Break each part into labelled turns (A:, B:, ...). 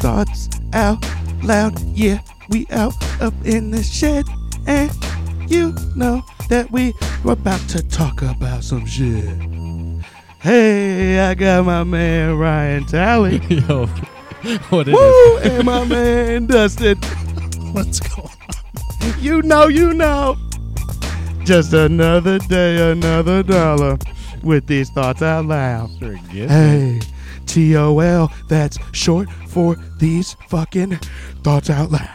A: thoughts out loud. Yeah, we out up in the shed, and you know that we were about to talk about some shit. Hey, I got my man Ryan Talley.
B: Yo, what it is?
A: Woo! And my man Dustin.
C: What's going on?
A: You know, you know. Just another day, another dollar with these thoughts out loud.
B: Sure gets it.
A: Hey, TOL, that's short for these fucking thoughts out loud.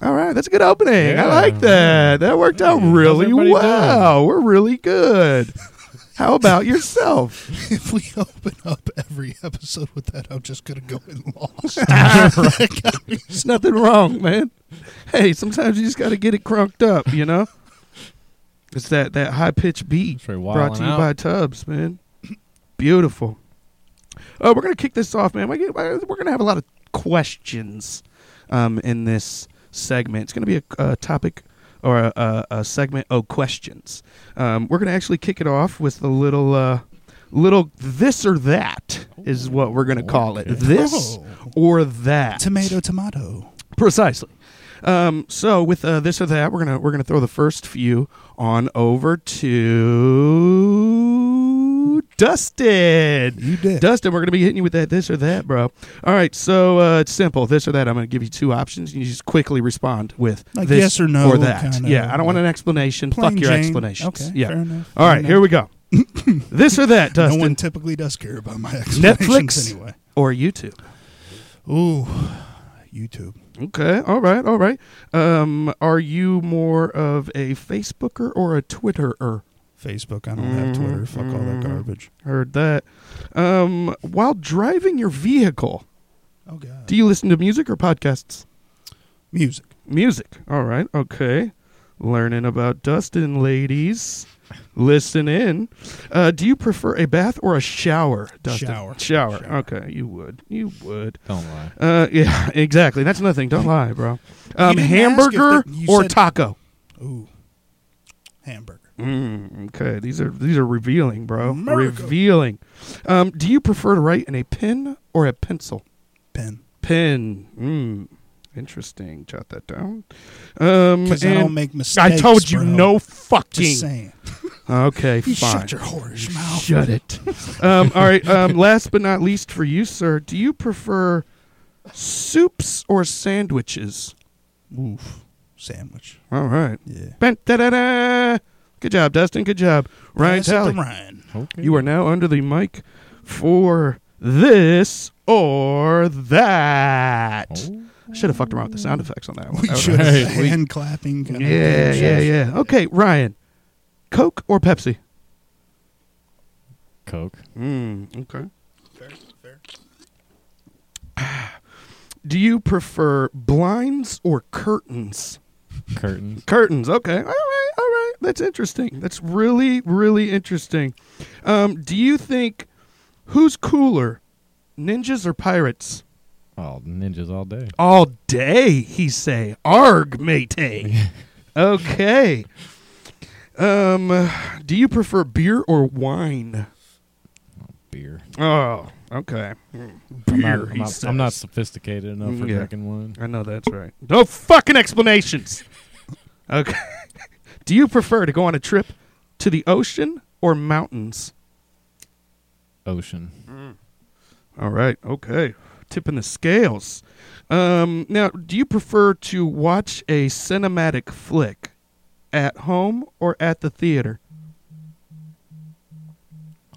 A: All right, that's a good opening. I
B: Yeah.
A: like that. That worked out
B: Hey, how's
A: really
B: everybody
A: well. We're really good. How about yourself?
C: If we open up every episode with that, I'm just gonna go in lost.
A: There's nothing wrong, man. Hey, sometimes you just got to get it crunked up, you know? It's that, that high pitched beat.
B: Straight
A: Brought
B: wildin'
A: to you
B: out.
A: by Tubbs, man. Beautiful. Uh, we're gonna kick this off, man. We're gonna we're gonna have a lot of questions um, in this segment. It's gonna be a, a topic or a, a, a segment of questions. Um, we're gonna actually kick it off with a little uh, little this or that is what we're gonna call it.
B: Oh, okay.
A: This
C: Oh.
A: or that.
C: tomato, tomato.
A: Precisely. Um, so with uh, this or that, we're gonna we're gonna throw the first few on over to Dustin.
C: You did.
A: Dustin, we're gonna be hitting you with that this or that, bro. All right, so uh, it's simple. This or that. I'm gonna give you two options, and you just quickly respond with
C: Like
A: this
C: yes or no
A: or that.
C: kinda,
A: yeah, I don't want
C: like
A: an explanation.
C: Plain
A: Fuck your
C: Jane.
A: explanations.
C: Okay,
A: yeah.
C: fair enough.
A: All right,
C: Fair
A: here we go. this or that,
C: No
A: Dustin,
C: one typically does care about my explanations
A: Netflix
C: anyway.
A: or YouTube.
C: Ooh, YouTube.
A: Okay. All right. All right. Um, are you more of a Facebooker or a Twitterer?
C: Facebook. I don't have
A: Mhm,
C: Twitter. Fuck all that
A: mhm.
C: garbage.
A: Heard that. Um, while driving your vehicle,
C: Oh god.
A: do you listen to music or podcasts?
C: Music.
A: Music. All right. Okay. Learning about Dustin, ladies. Listen in. Uh, do you prefer a bath or a shower, Dustin?
C: Shower.
A: Shower.
C: Shower.
A: Okay. You would. You would.
B: Don't lie.
A: Uh, yeah. Exactly. That's nothing. Don't lie, bro. Um,
C: didn't ask if
A: hamburger
C: the- you
A: or
C: said-
A: taco?
C: Ooh, hamburger.
A: Mm, okay, these are these are revealing, bro.
C: America.
A: Revealing. Um, do you prefer to write in a pen or a pencil?
C: Pen.
A: Pen. Mm, interesting. Jot that down. Um,
C: Because I
A: and
C: don't make mistakes.
A: I told you
C: bro.
A: no
C: Just
A: fucking.
C: saying.
A: Okay, fine.
C: You shut your whorish mouth.
A: Shut it. um, all right. Um, last but not least, for you, sir, do you prefer soups or sandwiches?
C: Oof. Sandwich.
A: All right.
C: Yeah.
A: Ben, da-da-da. Good job, Dustin. Good job, Ryan
C: Pass it to
A: Talley.
C: Ryan.
B: Okay.
A: You are now under the mic for this or that.
B: Oh.
A: Should have fucked around with the sound effects on that one.
C: We
A: That
C: should
A: would've-
C: have
B: Hey, we-
C: hand clapping. kinda
A: Oh, Yeah,
C: thing.
A: yeah, yeah. Okay, Ryan, Coke or Pepsi?
B: Coke.
A: Mm, okay.
C: Fair, fair.
A: Do you prefer blinds or curtains?
B: Curtains.
A: Curtains. Okay. All right. All right. That's interesting. That's really, really interesting. Um, do you think who's cooler, ninjas or pirates?
B: Oh, ninjas all day.
A: all day, he say. Arg, matey. okay. Um, do you prefer beer or wine?
B: Beer.
A: Oh, okay. Beer,
B: I'm not, I'm
A: he
B: not,
A: says.
B: I'm not sophisticated enough for
A: Yeah.
B: drinking one.
A: I know that's right. No fucking explanations. okay. do you prefer to go on a trip to the ocean or mountains?
B: Ocean.
A: All right. Okay. Tipping the scales. Um, now, do you prefer to watch a cinematic flick at home or at the theater?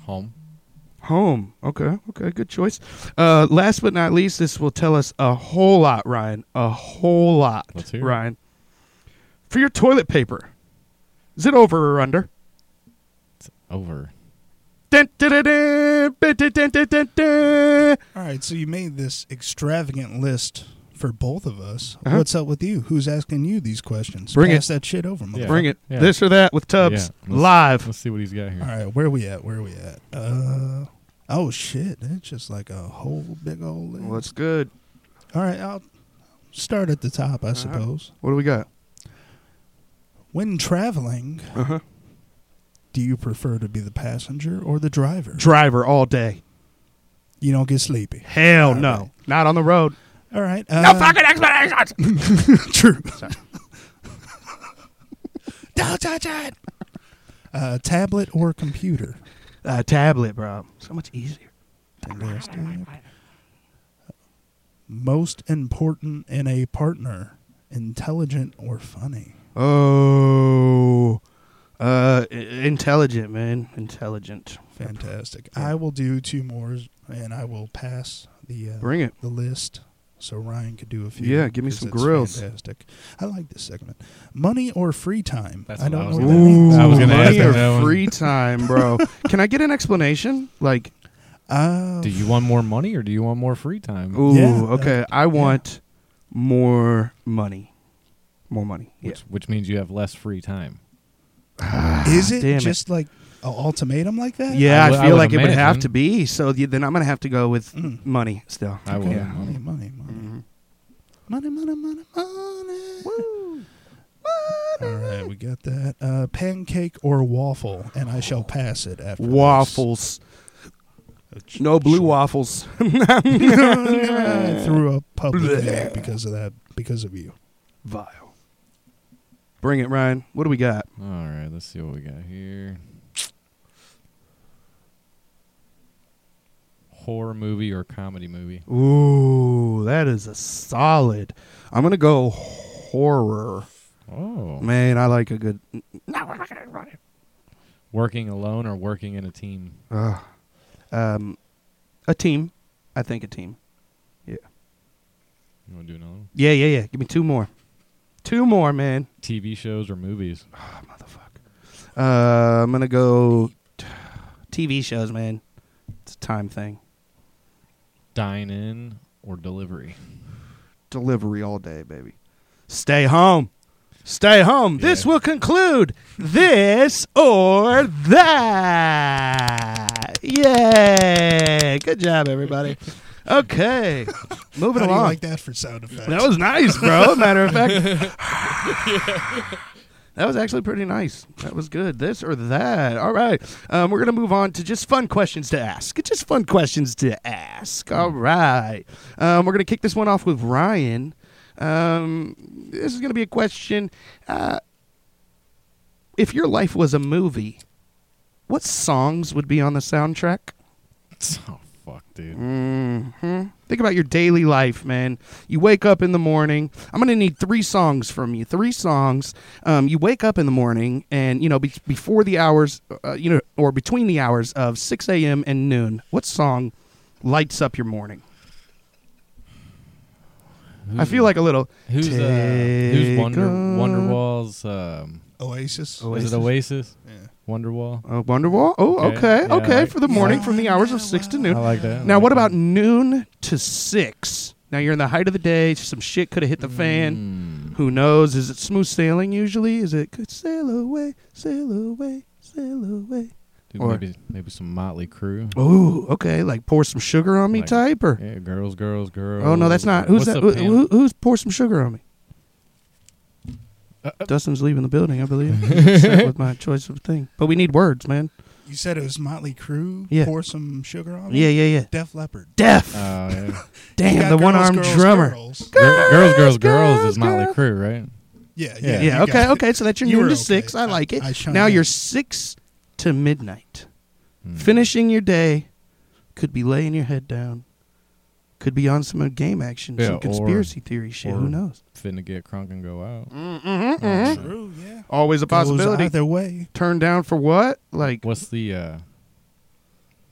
B: Home.
A: Home. Okay. Okay. Good choice. Uh, last but not least, this will tell us a whole lot, Ryan. A whole lot,
B: Let's hear it.
A: Ryan. For your toilet paper, is it over or under?
B: Over.
A: Dun, dun, dun, dun, dun, dun, dun, dun, dun, dun.
C: All right, so you made this extravagant list for both of us.
A: Uh-huh.
C: What's up with you? Who's asking you these questions?
A: Bring
C: Pass that shit over, motherfucker.
B: Yeah.
A: Bring it.
B: Yeah.
A: This or that with Tubbs
B: Yeah. Let's-
A: live.
B: Let's see what he's got here.
C: All right, where we at? Where we at? Uh, oh shit, that's just like a whole big old. List.
A: What's good?
C: All right, I'll start at the top,
A: Uh-huh.
C: I suppose.
A: What do we got?
C: When traveling,
A: Uh-huh.
C: do you prefer to be the passenger or the driver?
A: driver all day.
C: You don't get sleepy.
A: Hell
C: All
A: no,
C: right.
A: not on the road.
C: All right.
A: No
C: Uh,
A: fucking explanations.
C: True. don't touch it. Uh, tablet or computer.
A: uh, tablet, bro. So much easier.
C: Fantastic. Most important in a partner, intelligent or funny.
A: Oh, uh, i- intelligent man, intelligent.
C: Fantastic. I will do two more, and I will pass the uh,
A: Bring it.
C: the list so Ryan could do a few.
A: Yeah, give me
C: 'cause
A: some
C: that's
A: grills.
C: Fantastic. I like this segment. Money or free time.
B: That's
C: I
B: what
C: don't
B: I
C: know
B: was
C: what
B: gonna-
C: that means.
B: I was gonna ask
A: Money or
B: that one.
A: free time, bro. Can I get an explanation? Like,
C: Uh,
B: Do you want more money or do you want more free time?
A: ooh,
C: Yeah,
A: okay, I want more money, more money. Yeah.
B: Which, which means you have less free time.
C: Is
A: Ah,
C: it
A: damn it.
C: just like an ultimatum like that?
A: Yeah,
B: I
A: I
B: would- I
A: feel
B: would
A: like it would have
B: imagine.
A: to be. So y- then I'm gonna have to go with
C: Mm.
A: money still.
B: I
C: Okay.
B: will.
A: Yeah.
C: Money, money, money,
A: Mhm.
C: money, money, money, money. All right, we got that. Uh, pancake or waffle, and I shall pass it after this.
A: Waffles. No blue waffles.
C: I threw up publicly
A: Bleh.
C: because of that. Because of you.
A: Vile. Bring it, Ryan. What do we got?
B: All right, let's see what we got here. Horror movie or comedy movie?
A: Ooh, that is a solid. I'm gonna go horror.
B: Oh.
A: Man, I like a good.
B: Working alone or working in a team?
A: Ugh. um, a team. I think a team. Yeah.
B: You want to do another one?
A: Yeah, yeah, yeah. Give me two more. Two more, man.
B: TV shows or movies?
A: Oh, motherfucker. Uh, I'm gonna go t- TV shows, man. It's a time thing.
B: Dine in or delivery?
A: Delivery all day, baby. Stay home. Stay home. This
B: Yeah.
A: will conclude this or that. Yay! Good job, everybody. Okay, moving
C: How do you
A: along.
C: like that for sound effects?
A: That was nice, bro. Matter of fact, that was actually pretty nice. That was good. This or that. All right. Um, we're going to move on to just fun questions to ask. It's just fun questions to ask. All right. Um, we're going to kick this one off with Ryan. Um, this is going to be a question. Uh, if your life was a movie, what songs would be on the soundtrack?
B: Oh, fuck, dude.
A: hmm Think about your daily life, man. You wake up in the morning. I'm gonna need three songs from you. Three songs. Um, you wake up in the morning, and you know be- before the hours, uh, you know, or between the hours of 6 a.m. and noon. What song lights up your morning? I
B: Who's-
A: feel like a little.
B: Who's, uh, who's
A: Take
B: Wonder,
A: on-
B: Wonderwall's? Um,
C: Oasis.
A: Oh,
B: Is
A: Oasis?
B: it Oasis?
C: Yeah.
B: Wonderwall?
A: Uh, Wonderwall. Oh,
B: Okay,
A: okay, okay.
B: yeah, I like-
A: for the morning,
C: Yeah.
A: from the hours of six to
B: I
A: noon.
B: like that. I
A: Now,
B: like
A: what
B: that.
A: about noon to six? Now you're in the height of the day. Some shit could have hit the fan.
B: Mm.
A: Who knows? Is it smooth sailing usually? Is it could sail away, sail away, sail away?
B: Dude,
A: Or-
B: maybe maybe some Motley Crue.
A: Ooh, okay, like pour some sugar on me
B: Like-
A: type or
B: Yeah, girls, girls, girls.
A: Oh no, that's not. Who's
B: What's
A: that?
B: the
A: Who,
B: pan-
A: who- who's pour some sugar on me?
B: Uh, uh.
A: Dustin's leaving the building, I believe. He's upset with my choice of thing, but we need words, man.
C: You said it was Motley Crue.
A: Yeah.
C: Pour some sugar on it.
A: Yeah, yeah, yeah.
C: Def Leppard.
A: Deaf.
B: Oh, yeah.
C: uh, You
A: Damn,
C: got
A: the
C: girls,
A: one-armed
C: girls,
A: drummer.
C: girls.
B: Gir- girls, girls, girls
A: girls,
B: is Motley
A: girls.
B: Crue, right?
C: Yeah.
B: Yeah,
C: Yeah.
A: Yeah.
C: you got
A: okay.
C: it.
A: Okay. So that's your
C: You
A: noon
C: were
A: to
C: okay.
A: six. I
C: I-
A: like it.
C: I shut
A: now
C: it.
A: you're six to midnight.
B: Mm.
A: finishing your day could be laying your head down could be on some uh, game action
B: Yeah,
A: some
B: or-
A: conspiracy theory shit who
B: or-
A: knows
B: Finna get crunk and go out. Oh,
A: Mhm.
C: True. Yeah.
A: always a
C: Goes
A: possibility
C: either way.
A: turned down for what like
B: What's the uh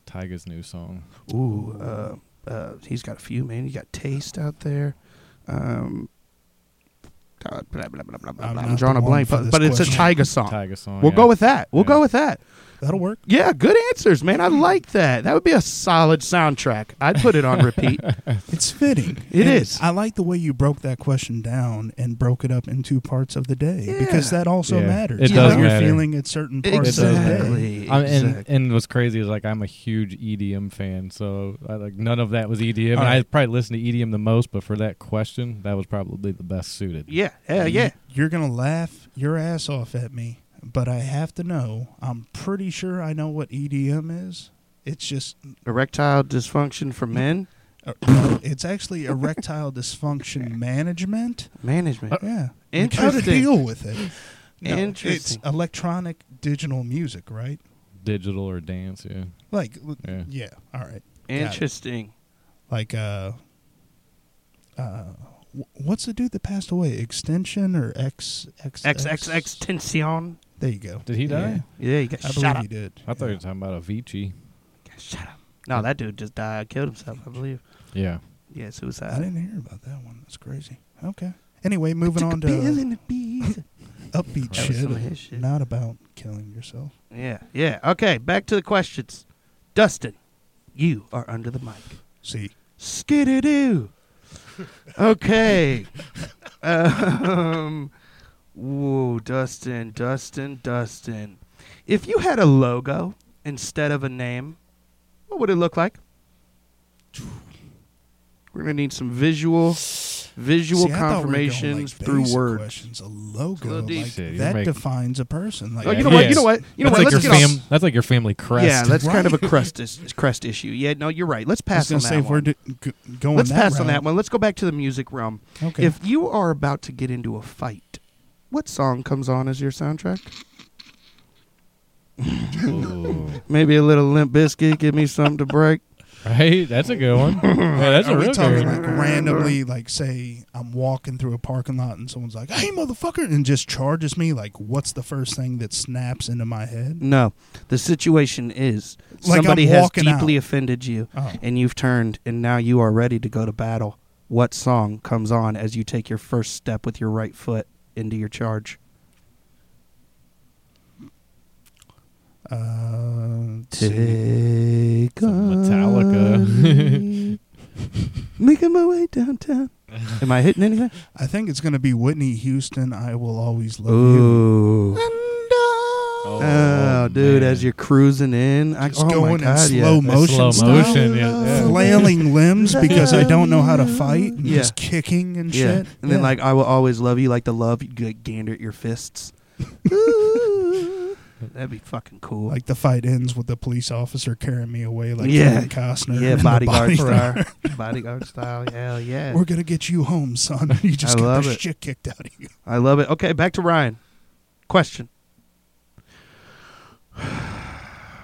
B: Tiger's new song?
A: ooh uh, uh, he's got a few man he got taste out there um uh, blah, blah, blah, blah, blah, blah.
C: I'm not
A: I'm drawing
C: the
A: a
C: one
A: blank,
C: for
A: but,
C: this
A: but it's a
C: question.
A: tiger song.
B: Tiger song.
A: We'll
B: yeah.
A: go with that. We'll
B: Yeah.
A: go with that.
C: That'll work.
A: Yeah, good answers, man. I like that. That would be a solid soundtrack. I'd put it on repeat.
C: It's fitting.
A: It
C: It is.
A: is.
C: I like the way you broke that question down and broke it up in two parts of the day
A: Yeah.
C: because that also
B: Yeah.
C: matters.
B: It
C: How
A: does
C: you're
B: matter.
C: feeling at certain parts of the day.
A: exactly.
B: I'm, and
A: exact-
B: and what's crazy is like I'm a huge EDM fan, so I, like none of that was EDM. And
C: All right.
B: I probably listen to EDM the most, but for that question, that was probably the best suited.
A: yeah, yeah, yeah.
C: You're gonna laugh your ass off at me, but I have to know. I'm pretty sure I know what EDM E is, It's just
A: Erectile dysfunction for men
C: uh, no, it's actually erectile dysfunction management.
A: management.
C: Yeah, Like, How to
A: Interesting.
C: deal with it. No,
A: Interesting.
C: It's electronic digital music, right?
B: digital or dance. Yeah,
C: Like, l- yeah.
B: Yeah.
C: all right.
A: Interesting.
C: Like, uh, uh, wh- what's the dude that passed away? Extension or X X
A: XXX tension.
C: There you go.
B: Did he die?
C: Yeah.
A: Yeah, you got
C: I
A: shot
C: believe
A: up.
C: he did.
B: I thought
C: Yeah.
B: you were talking about Avicii.
A: Shut up. No, that dude just died, killed himself, I believe.
B: Yeah,
A: Yeah,
C: I
A: suicide.
C: didn't hear about that one. That's crazy. Okay. Anyway, moving on to upbeat
A: That was some of
C: shit.
A: his shit.
C: Not about killing yourself.
A: Yeah, yeah. Okay, back to the questions. Dustin, you are under the mic.
C: See,
A: Skidoo. Okay. um, whoa, Dustin, Dustin, Dustin. If you had a logo instead of a name, what would it look like? We're gonna need some visual, visual
C: See, I thought we were going, like,
A: confirmations through
C: basic
A: words.
C: Questions. A logo,
A: little deep.
C: like,
B: Yeah, you're
C: that
B: making-
C: defines a person. Like,
A: Oh, you know
B: Yeah.
A: what? You know what? You know what?
B: that's like
A: let's
B: your
A: get
B: fam- That's like your family crest.
A: Yeah, that's kind of a
C: Right.
A: crest is, crest issue. Yeah, no, you're right. Let's
C: I was
A: pass
C: gonna
A: on
C: say
A: that
C: if we're
A: one.
C: do- g- going
A: Let's
C: that
A: pass on
C: route-
A: that one. Let's go back to the music realm.
C: Okay.
A: If you are about to get into a fight, what song comes on as your soundtrack?
B: Ooh.
A: Maybe a little Limp Biscuit, give me something to break.
B: right. That's a good one. Yeah, that's
C: Are
B: a
C: we
B: real
C: talking
B: good
C: like
B: one.
C: randomly, like say I'm walking through a parking lot and someone's like, "Hey, motherfucker!" and just charges me. Like, what's the first thing that snaps into my head?
A: No, the situation is
C: Like I'm
A: somebody has
C: walking out.
A: deeply offended you,
C: Oh,
A: and you've turned, and now you are ready to go to battle. What song comes on as you take your first step with your right foot into your charge?
C: Oh, uh, let's see.
A: Take
B: Some
A: on
B: Metallica.
A: me. Making my way downtown. Am I hitting anything?
C: I think it's gonna be Whitney Houston. I will always love you.
A: Ooh.
C: uh,
B: Oh,
A: Oh, dude,
B: man.
A: as you're cruising in, I,
C: Just
A: oh my
C: going in
A: God, yeah.
C: slow motion,
B: slow
C: style,
B: motion, yeah, yeah.
C: flailing limbs because I don't know how to fight, and
A: Yeah.
C: just kicking and
A: Yeah,
C: shit.
A: and then
C: Yeah.
A: like I will always love you, like the love you like, gander at your fists. Ooh. That'd be fucking cool.
C: Like the fight ends with the police officer carrying me away, like
A: Yeah.
C: Kevin Costner.
A: yeah,
C: in the
A: bodyguard
C: body
A: style, bodyguard style. Hell yeah,
C: We're gonna get you home, son. You just
A: I
C: got
A: love
C: the
A: it.
C: shit kicked out of you.
A: I love it. Okay, back to Ryan. Question: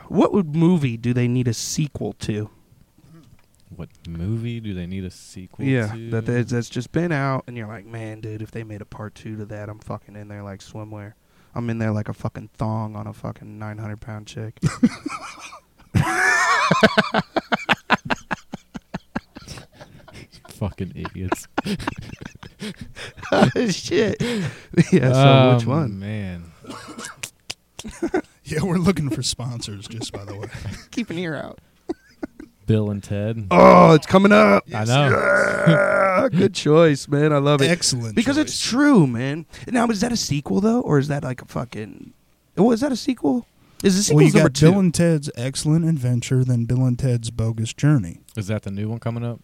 A: What would movie do they need a sequel to?
B: What movie do they need a sequel?
A: yeah,
B: to?
A: that that's, that's just been out, and you're like, man, dude, if they made a part two to that, I'm fucking in there like swimwear. I'm in there like a fucking thong on a fucking 900 pound chick.
B: fucking idiots.
A: Shit. Yeah. So which
B: Um,
A: one?
B: Man,
C: Yeah, we're looking for sponsors. Just by the way,
A: Keep an ear out.
B: Bill and Ted.
A: Oh, it's coming up.
B: I know.
A: Ah, good choice, man. I love it.
C: excellent.
A: Because it's
C: choice.
A: true, man. Now, is that a sequel though, or is that like a fucking? Oh, is that a sequel? Is the sequel
C: well, you
A: number
C: got
A: two?
C: Bill and Ted's Excellent Adventure, then Bill and Ted's Bogus Journey.
B: Is that the new one coming up?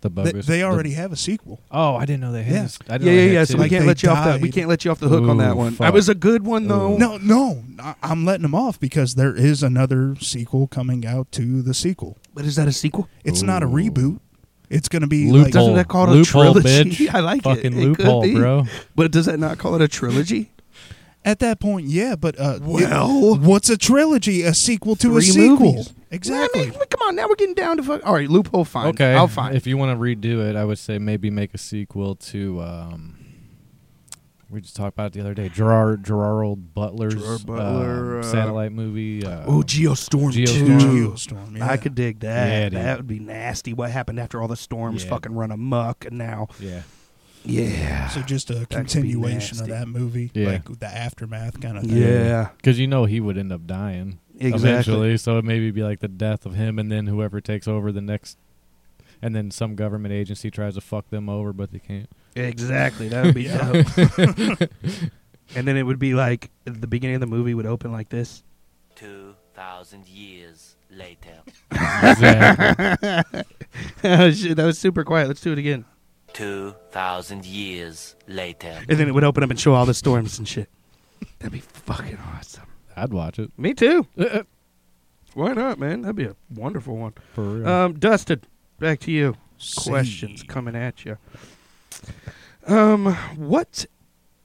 B: The
C: They,
B: bogus.
C: they
B: the-
C: already have a sequel.
B: oh, I didn't know they had.
C: Yeah.
B: this- I didn't
A: yeah,
B: know they
A: yeah,
B: had
A: yeah. So
B: two.
A: we
C: Like
A: can't
C: they
A: let you off. The, we
C: died.
A: can't let you off the hook on
B: Ooh,
A: that one. That
B: fuck.
A: was a good one though.
B: Ooh.
C: No, no, I- I'm letting them off because there is another sequel coming out to the sequel.
A: but is that a sequel?
C: It's not a
B: Ooh.
C: reboot. It's going to be
B: Loophole.
C: like
A: Doesn't that call it a
B: Loophole,
A: trilogy?
B: bitch.
A: I like
B: fucking
A: it. It could
B: loophole,
A: be.
B: bro.
A: But does that not call it a trilogy?
C: at that point, yeah. But uh, it-
A: Well-
C: what's a trilogy? A sequel to a
A: Three
C: sequel?
A: movies.
C: Exactly.
A: I mean, come on, now we're getting down to fuck. All right, loophole. Fine.
B: Okay,
A: I'll find.
B: If you want to redo it, I would say maybe make a sequel to. um we just talked about it the other day. Gerard Gerard Butler's
A: Gerard Butler,
B: um,
A: uh,
B: satellite movie. Uh,
A: oh, Geostorm
B: Geostorm.
A: two.
C: Geostorm. Yeah.
A: I could dig
B: Yeah,
A: that.
B: dude.
A: that would be nasty. What happened after all the storms
B: Yeah.
A: fucking run amok and now?
B: yeah,
A: Yeah.
C: So just a
A: be
C: continuation of
A: nasty.
C: that movie,
B: Yeah.
C: like the aftermath kind of thing.
A: yeah.
B: because you know he would end up dying
A: Exactly.
B: eventually. So it maybe be like the death of him, and then whoever takes over the next, and then some government agency tries to fuck them over, but they can't.
A: Exactly. That would be
C: Yeah.
A: dope. and then it would be like the beginning of the movie would open like this.
D: 2,000 years later.
B: Exactly.
A: Oh, shit, that was super quiet. Let's do it again.
D: 2,000 years later.
A: And then it would open up and show all the storms and shit. That'd be fucking awesome. Uh,
B: I'd watch it.
A: Me too. Why not, man? That'd be a wonderful one.
B: For real.
A: Um, Dustin, back to you. Questions coming at you. Um, what?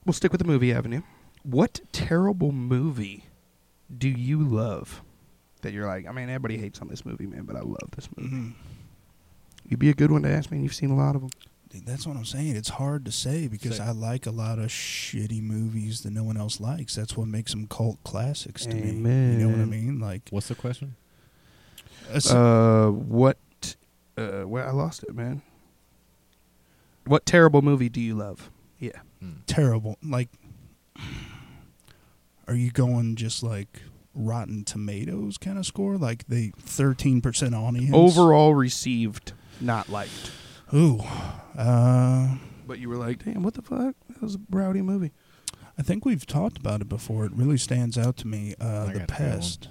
A: We'll stick with the movie avenue. What terrible movie do you love that you're like? I mean, everybody hates on this movie, man, but I love this movie.
C: Mhm.
A: You'd be a good one to ask me, and you've seen a lot of them.
C: Dude, That's what I'm saying. It's hard to say because
B: Same.
C: I like a lot of shitty movies that no one else likes. That's what makes them cult classics to me. You know what I
A: Amen.
C: mean? Like,
B: What's the question?
C: it's-
A: Uh, what? Uh, well, I lost it, man. What terrible movie do you love? Yeah.
B: Mm.
C: terrible. Like, are you going just like Rotten Tomatoes kind of score? Like the thirteen percent audience
A: Overall received, not liked.
C: Ooh, uh,
A: But you were like, damn, what the fuck? That was a rowdy movie.
C: I think we've talked about it before. It really stands out to me. Uh,
B: I
C: the
B: got that one.
C: Pest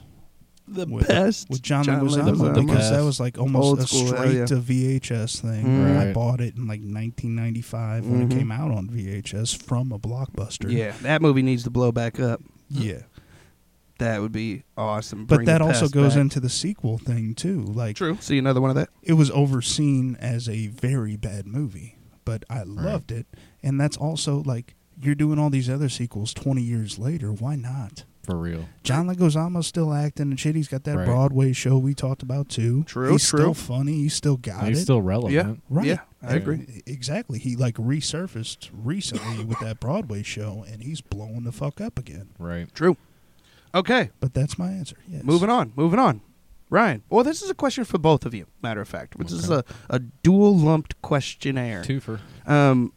A: The
C: With-
A: best.
C: with John,
A: John
C: Leguizamo
A: Leguizamo.
C: because that
B: Pest.
C: was like almost
A: Old
C: a
A: school, hell
C: straight
A: yeah.
C: to VHS thing.
A: Mm.
C: I
B: Right.
C: bought it in like 1995 when it
A: Mhm.
C: came out on VHS from a blockbuster.
A: Yeah, that movie needs to blow back up.
C: yeah.
A: That would be awesome.
C: But
A: Bring
C: that
A: the
C: also
A: past
C: goes
A: back.
C: into the sequel thing too. Like
A: True. See another one of that.
C: it was overseen as a very bad movie, but I loved it. And that's also like you're doing all these other sequels 20 years later. Why not?
B: For real.
C: John Leguizamo's still acting and shit. He's got that
B: Right.
C: Broadway show we talked about too.
A: True,
C: He's
A: true.
C: still funny. He's still got
B: He's
C: it.
B: still relevant.
C: right.
A: Yeah, I
B: Yeah.
A: agree.
C: E- Exactly. He like resurfaced recently with that Broadway show, and he's blowing the fuck up again.
B: Right.
A: True. Okay,
C: But that's my answer. Yes.
A: moving on. Moving on. Ryan. Well, this is a question for both of you. Matter of fact, this is a,
B: Okay.
A: a dual lumped questionnaire.
B: Twofer.
A: Um,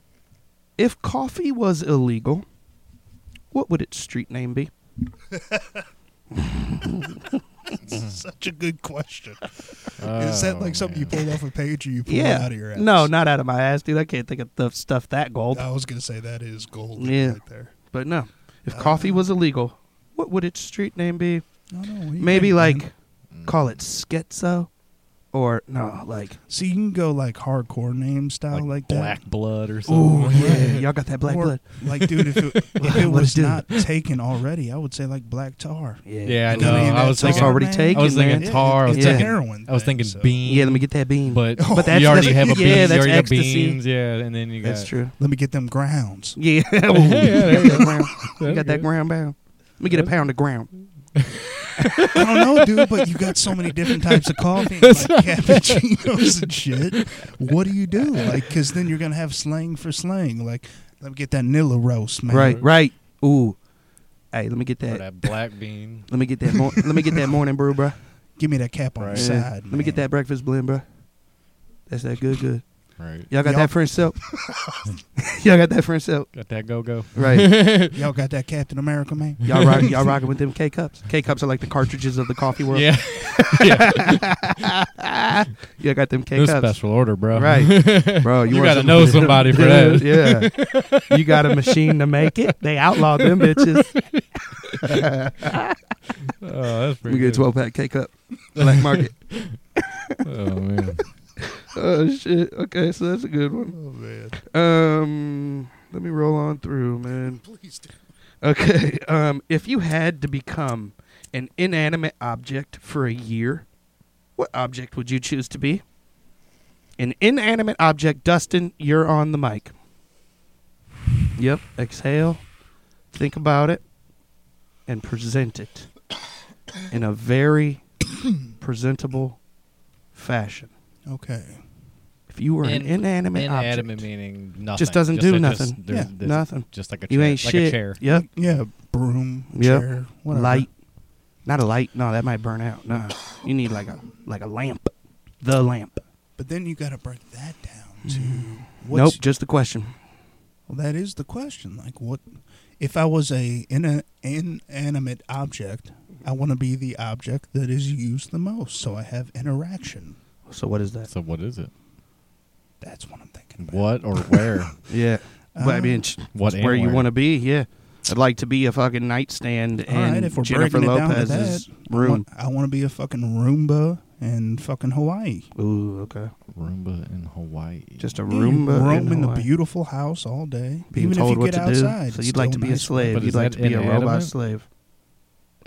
A: if coffee was illegal, what would its street name be?
C: Such a good question. Is
B: Oh,
C: that like something
B: man.
C: you pulled off a page or you pulled
A: yeah.
C: out of your ass?
A: No, not out of my ass, dude. I can't think of the stuff that gold.
C: I was gonna say that is gold.
A: Yeah.
C: Right there.
A: But no, if
C: Uh,
A: coffee was illegal, what would its street name be?
C: No, no, what do you
A: Maybe
C: think,
A: like
C: man?
B: Mm.
A: call it schizo, or no, like
C: See, you can go like hardcore name style like, that.
B: Black Blood or something.
A: oh yeah, y'all got that black
C: Or,
A: blood.
C: Like, dude, if it, if
A: What
C: it
A: it
C: was
A: do?
C: not taken already, I would say like black tar.
B: Yeah, I
C: You know
B: know.
C: what I mean?
B: I was
C: That's
B: thinking.
A: it's already
C: man.
A: taken.
B: I was thinking
A: man.
B: tar. I was
A: it's a
B: thinking
C: heroin
B: I was
C: thing,
B: thinking
C: so-
B: bean.
A: yeah. Let me get that bean.
B: But,
C: Oh,
B: but
A: that's-
B: you already
A: that's-
B: have a
A: yeah,
B: bean. you
A: that's
B: already have
A: ecstasy.
B: beans. Yeah, and then you got
A: that's true.
C: Let me get them grounds.
A: Yeah, Oh,
B: there
A: you
B: you
A: got, that ground. You
B: That's
A: got that
B: good.
A: ground bound. Let me get a
B: That's-
A: pound of ground.
C: I don't know, dude, but you got so many different types of coffee, and, like cappuccinos and shit. What do you do? Like, because then you're gonna have slang for slang. Like, let me get that Nilla roast, man.
A: Right, right. Ooh, hey, let me get
B: Or
A: that.
B: that black bean.
A: Let me get that. Mor- let me get that morning brew, bruh.
C: Give me that cap on
B: Right.
C: the
A: Yeah.
C: side.
A: Let me get that breakfast blend, bruh. That's that good, good.
B: Right.
A: Y'all got
C: Y'all-
A: that French soap. y'all got that French soap,
B: Got that go go.
A: right?
C: Y'all got that Captain America, man.
A: Y'all rock, y'all rocking with them K cups. K cups are like the cartridges of the coffee world.
B: Yeah.
A: Y'all got them K
B: No
A: cups,
B: special order, bro.
A: right, bro?
B: You
A: want
B: gotta know somebody for that.
A: Yeah, you got a machine to make it. They outlawed them bitches.
B: Oh, that's
A: We
B: pretty
A: get a
B: good.
A: twelve pack K cup, black market.
B: Oh, man.
A: oh shit. Okay, so that's a good one.
C: Oh man,
A: Um, let me roll on through, man.
C: please do.
A: Okay. Um, if you had to become an inanimate object for a year, what object would you choose to be? An inanimate object, Dustin. You're on the mic. Yep. Exhale. Think about it, and present it in a very presentable fashion.
C: Okay.
A: If you were an
B: In-
A: inanimate,
B: Inanimate
A: object,
B: meaning nothing.
A: Just doesn't
B: a-
A: do nothing.
B: there's-
C: Yeah.
B: there's
A: nothing.
B: Just like a chair.
A: You ain't
B: like
A: shit.
B: a chair.
A: Yep.
C: Yeah, broom,
A: Yep.
C: chair, whatever.
A: light. Not a light. No, that might burn out. No, you need like a like a lamp. The lamp.
C: But then you got to break that down to
A: Mm-hmm. nope,
C: what's
A: just the question.
C: Well, that is the question. Like, what if I was a in a inanimate object? I want to be the object that is used the most, so I have interaction.
A: So what is that?
B: So what is it?
C: That's what I'm thinking. About.
B: What or where?
A: Yeah. Well, I
C: Uh,
A: mean, it's
B: what
A: where you want
B: want
A: to be. Yeah. I'd like to be a fucking nightstand
C: All right,
A: in
C: if we're
A: Jennifer
C: breaking it down to
A: Lopez's
C: that, I
A: room.
C: want, I want to be a fucking Roomba in fucking Hawaii.
A: Ooh, okay.
B: Roomba in Hawaii.
A: Just a
C: Yeah, you
A: Roomba.
C: roam in the
A: uh, Hawaii.
C: beautiful house all day.
A: Being
C: Even
A: told
C: if you
A: what
C: get
A: to
C: outside,
A: do. So
C: it's
A: you'd like to
C: still
A: be a
C: nice.
A: slave.
B: But
A: You'd
B: is
A: like
B: that
A: to be a robot
B: inanimate?
A: slave.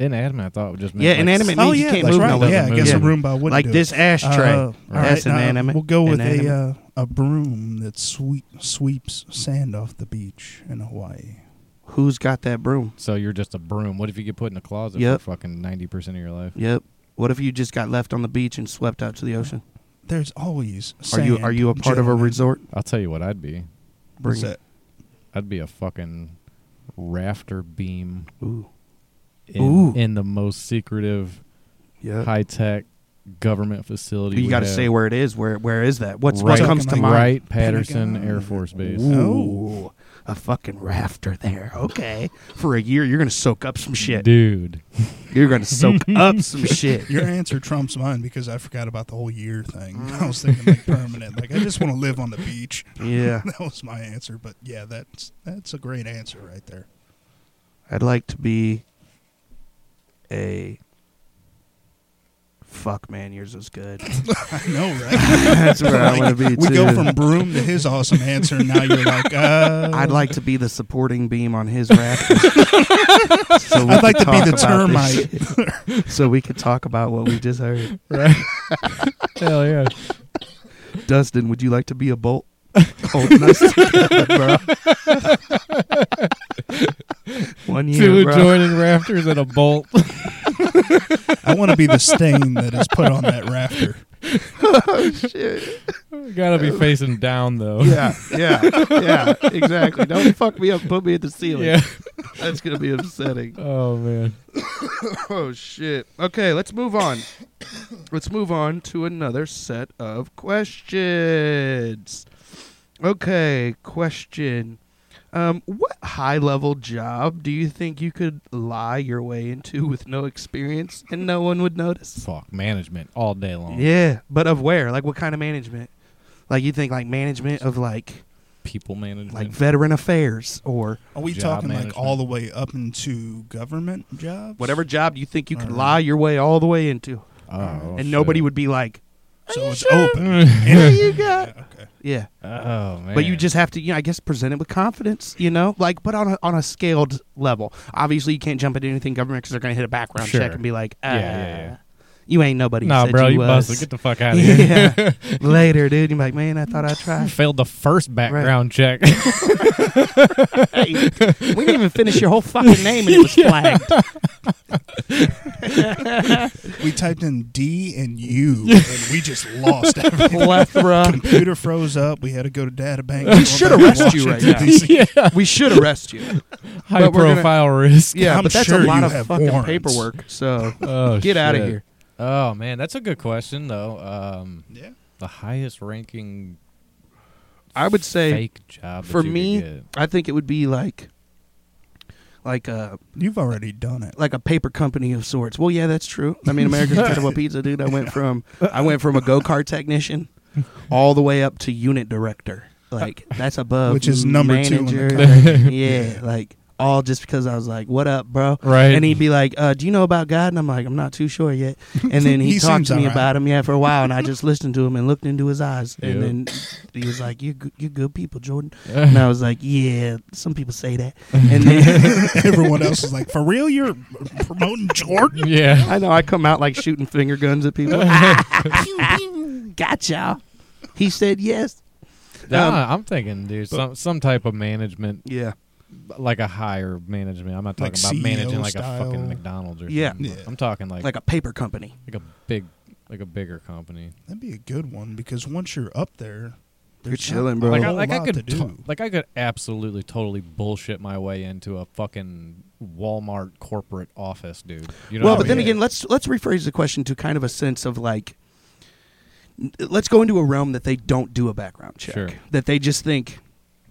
B: inanimate. I thought would just meant,
A: Yeah,
B: like,
A: inanimate
B: s-
A: means you can't
C: that's
A: move
C: right.
A: nowhere.
C: Oh, Yeah, I
B: Doesn't
C: guess a
B: move.
C: Roomba would
A: like
C: do
A: this
C: it.
A: ashtray.
C: Uh, all
A: That's
C: right, uh,
A: inanimate.
C: We'll go with
A: Inanimate.
C: a uh, a broom that sweep, sweeps sand off the beach in Hawaii.
A: Who's got that broom?
B: So you're just a broom. What if you get put in a closet
A: Yep.
B: for fucking ninety percent of your life?
A: Yep. What if you just got left on the beach and swept out to the ocean?
C: There's always
A: Are
C: sand.
A: you are you a part of a
C: gentlemen.
A: resort?
B: I'll tell you what I'd be.
A: Bring
C: What's
A: it.
B: I'd be a fucking rafter beam
A: Ooh.
B: in,
A: Ooh.
B: in the most secretive,
A: Yeah.
B: high tech government facility.
A: You
B: we
A: got to
B: have.
A: say where it is. Where where is that? What's
B: Right.
A: what comes to
C: Talking
A: mind?
C: like
B: Right, Patterson
C: Pentagon.
B: Air Force Base.
A: Ooh, a fucking rafter there. Okay, for a year you're gonna soak up some shit.
B: Dude,
A: You're gonna soak up some shit.
C: Your answer trumps mine because I forgot about the whole year thing. I was thinking like permanent. Like I just want to live on the beach.
A: Yeah,
C: That was my answer. But yeah, that's that's a great answer right there.
A: I'd like to be a. Fuck man, yours was good.
C: I know, right?
A: That's where I want to be.
C: we
A: too.
C: go from broom to his awesome answer, and now you're like, uh,
A: I'd like to be the supporting beam on his rafter. so we
C: I'd like
A: could
C: to be
A: talk
C: the
A: about this shit. so we could talk about what we just heard.
B: right? Hell yeah.
A: Dustin, would you like to be a bolt? Oh, Holding us together, bro. One year,
B: Two
A: bro.
B: adjoining rafters and a bolt.
C: I want to be the stain that is put on that rafter.
B: Gotta be facing down though.
A: Yeah, yeah, yeah, exactly. Don't fuck me up. Put me at the ceiling.
B: Yeah.
A: That's gonna be upsetting.
B: Oh man.
A: Oh shit. Okay, let's move on. Let's move on to another set of questions. Okay, question. Um, what high level job do you think you could lie your way into with no experience and no one would notice?
B: Fuck management all day long.
A: Yeah, but of where? Like what kind of management? Like you think like management of like
B: People management.
A: like veteran affairs or
C: Are we
B: Job
C: talking
B: management.
C: like all the way up into government jobs?
A: whatever job you think you could
C: Alright.
A: lie your way all the way into
B: oh,
A: and nobody would be like
C: So it's open.
B: oh
A: you got
C: Yeah, okay.
A: yeah
B: man.
A: But you just have to, you know, I guess, present it with confidence, you know, like, but on a, on a scaled level. Obviously, you can't jump into anything government because they're going to hit a background
B: Sure.
A: check and be like, uh,
B: Yeah, yeah, yeah.
A: you ain't nobody.
B: Nah,
A: said
B: bro,
A: you,
B: you
A: was.
B: busted. Get the fuck out of here.
A: Yeah. Later, dude, you're like, man, I thought I
B: I
A: tried.
B: failed the first background check.
A: Hey, we didn't even finish your whole fucking name, and it was flagged.
C: We typed in D and U, and we just lost everything.
A: Plethora.
C: Computer froze up. We had to go to data bank.
A: We should arrest you right now.
B: yeah.
A: we should arrest you.
B: High
A: we're gonna-
B: profile risk.
A: Yeah,
C: I'm
A: but that's
C: sure
A: a lot
C: you
A: of
C: have
A: fucking
C: warrants.
A: paperwork. So
B: Oh,
A: get out of
B: shit.
A: here.
B: Oh man, that's a good question though. Um,
C: Yeah.
B: the highest ranking
A: I would say
B: fake job that
A: for
B: you could
A: me,
B: get.
A: I think it would be like, like uh, a
C: You've already done it.
A: like a paper company of sorts. Well, yeah, that's true. I mean, America's Incredible Pizza, dude. I went from I went from a go kart technician all the way up to unit director. Like that's above,
C: Which is number two in the
A: manager.
C: company.
A: yeah, like all just because I was like, "What up, bro?"
B: Right.
A: And he'd be like, uh, "Do you know about God?" And I'm like, "I'm not too sure yet." And then he,
C: He
A: talked
C: seems
A: to me
C: all right.
A: about him, yeah, for a while, and I just listened to him and looked into his eyes, and
B: Yep.
A: then he was like, "You you good people, Jordan," and I was like, "Yeah, some people say that," and then.
C: Everyone else is like, for real, you're promoting Jordan?
B: yeah.
A: I know I come out like shooting finger guns at people. gotcha. He said yes.
B: Nah,
A: Um,
B: I'm thinking, dude, some some type of management,
A: Yeah.
B: like a higher management. I'm not talking
C: Like
B: about
C: CEO
B: managing like a
C: style.
B: fucking McDonald's or
A: E Yeah.
B: something.
C: Yeah.
B: I'm talking like
A: Like
B: like
A: a paper company.
B: a, big like a bigger company.
C: That'd be a good one because once you're up there,
A: You're
C: there's not
A: chilling, bro.
C: a
B: Like I,
C: whole
B: like I
C: lot to
B: could
C: do.
B: to- like I could absolutely totally bullshit my way into a fucking Walmart corporate office, dude. You know
A: well,
B: what
A: but
B: I
A: then
B: mean?
A: again, let's let's rephrase the question to kind of a sense of like n- let's go into a realm that they don't do a background check.
B: Sure.
A: That they just think,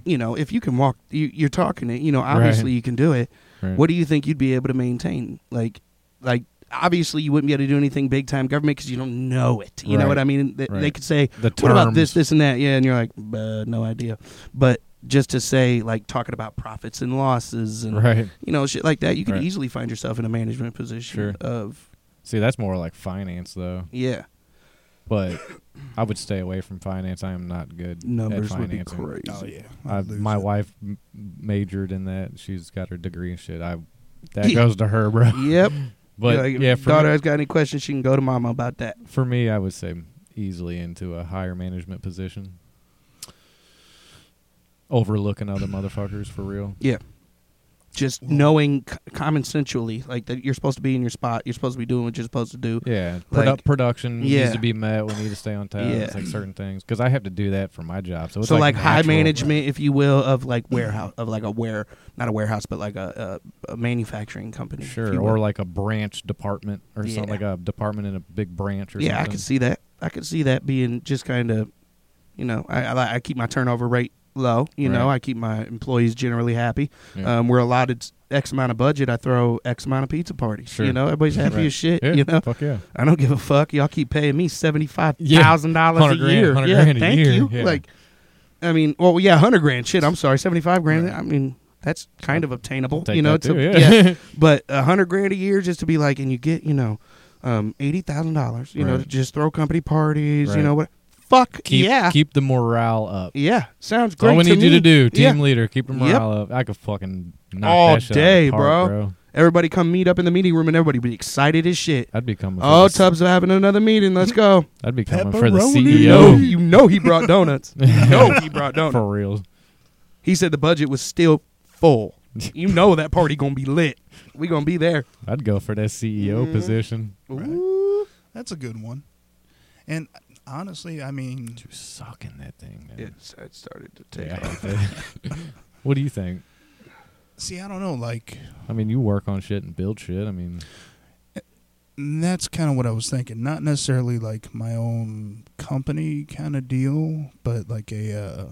A: you know, if you can walk you, you're talking it, you know, obviously
B: Right.
A: you can do it.
B: Right.
A: What do you think you'd be able to maintain? Like like obviously you wouldn't be able to do anything big time government because you don't know it. You know
B: Right.
A: what I mean? They, they
B: Right.
A: could say,
B: the
A: what about this,
B: terms-
A: this, and that? Yeah, and you're like, uh, no idea. But just to say, like talking about profits and losses and
B: Right.
A: you know shit like that, you could
B: Right.
A: easily find yourself in a management position
B: Sure.
A: of
B: See, that's more like finance though.
A: yeah,
B: But I would stay away from finance. I am not good
A: numbers
B: at
A: would be
B: financing.
A: crazy.
C: Oh, yeah.
B: I,
C: I'd lose
B: my
C: it.
B: wife m- majored in that. She's got her degree and shit. I that
A: Yeah.
B: goes to her, bro.
A: Yep,
B: But
A: You're like,
B: yeah,
A: if
B: for
A: daughter
B: me-
A: has got any questions, she can go to mama about that.
B: for me, I would say easily into a higher management position, overlooking other motherfuckers for real.
A: Yeah. Just
C: Well-
A: knowing c- common sensually, like that you're supposed to be in your spot, you're supposed to be doing what you're supposed to do.
B: Yeah,
A: Like-
B: produ- production needs
A: Yeah.
B: to be met. We need to stay on task.
A: Yeah.
B: It's like certain things because I have to do that for my job. So it's
A: so like, high
B: natural.
A: management, if you will, of like warehouse, of like a ware, not a warehouse, but like a, a, a manufacturing company. if
B: sure,
A: you
B: or
A: will.
B: like a branch department or
A: Yeah.
B: something like a department in a big branch or
A: yeah, I
B: something.
A: could see that. I could see that being just kind of, you know, I, I li- I keep my turnover rate low. You know,
B: Right.
A: I keep my employees generally happy.
B: Yeah.
A: Um, we're allotted X amount of budget. I throw X amount of pizza parties. You
B: Sure.
A: know, everybody's happy
B: Right.
A: as shit.
B: Yeah,
A: You know,
B: fuck yeah.
A: I don't give a fuck. Y'all keep paying me seventy five thousand dollars a
B: 100 grand,
A: year.
B: 100
A: yeah,
B: grand a
A: thank
B: year,
A: you.
B: yeah.
A: Like, I mean, well, yeah, hundred grand. Shit, I'm sorry, seventy five grand.
B: Right.
A: I mean, that's kind of obtainable.
B: Take
A: you know,
B: that too,
A: it's a-
B: yeah.
A: but a hundred grand a year just to be like, and you get, you know, um, eighty thousand dollars. You know,
B: Right.
A: to just throw company parties. You
B: Right.
A: know what? Fuck
B: keep
A: yeah,
B: keep the morale up.
A: yeah. Sounds
B: That's
A: great.
B: all we
A: to
B: need you
A: me.
B: to do, team
A: Yeah.
B: leader, keep the
A: Yep.
B: morale up. I could fucking knock
A: All
B: that shit out of the
A: day,
B: park,
A: bro. Everybody come meet up in the meeting room, and everybody be excited as shit.
B: I'd be coming.
A: Oh,
B: for the,
A: Tubbs are having another meeting. Let's go.
B: I'd be coming for the
C: Pepperoni.
A: Yo,
B: CEO
A: you know he brought donuts. You know he brought donuts.
B: for real.
A: He said the budget was still full. You know that party gonna be lit. We gonna be there.
B: I'd go for that CEO
A: Mhm.
B: position.
C: Right.
A: Ooh.
C: That's a good one. And honestly, I mean,
B: Dude, sucking that thing, man.
A: It, it started to take
B: Yeah, I
A: off.
B: hate that. what do you think?
C: see, I don't know. Like,
B: I mean, you work on shit and build shit. I mean,
C: And that's kind of what I was thinking. Not necessarily like my own company kind of deal, but like a uh,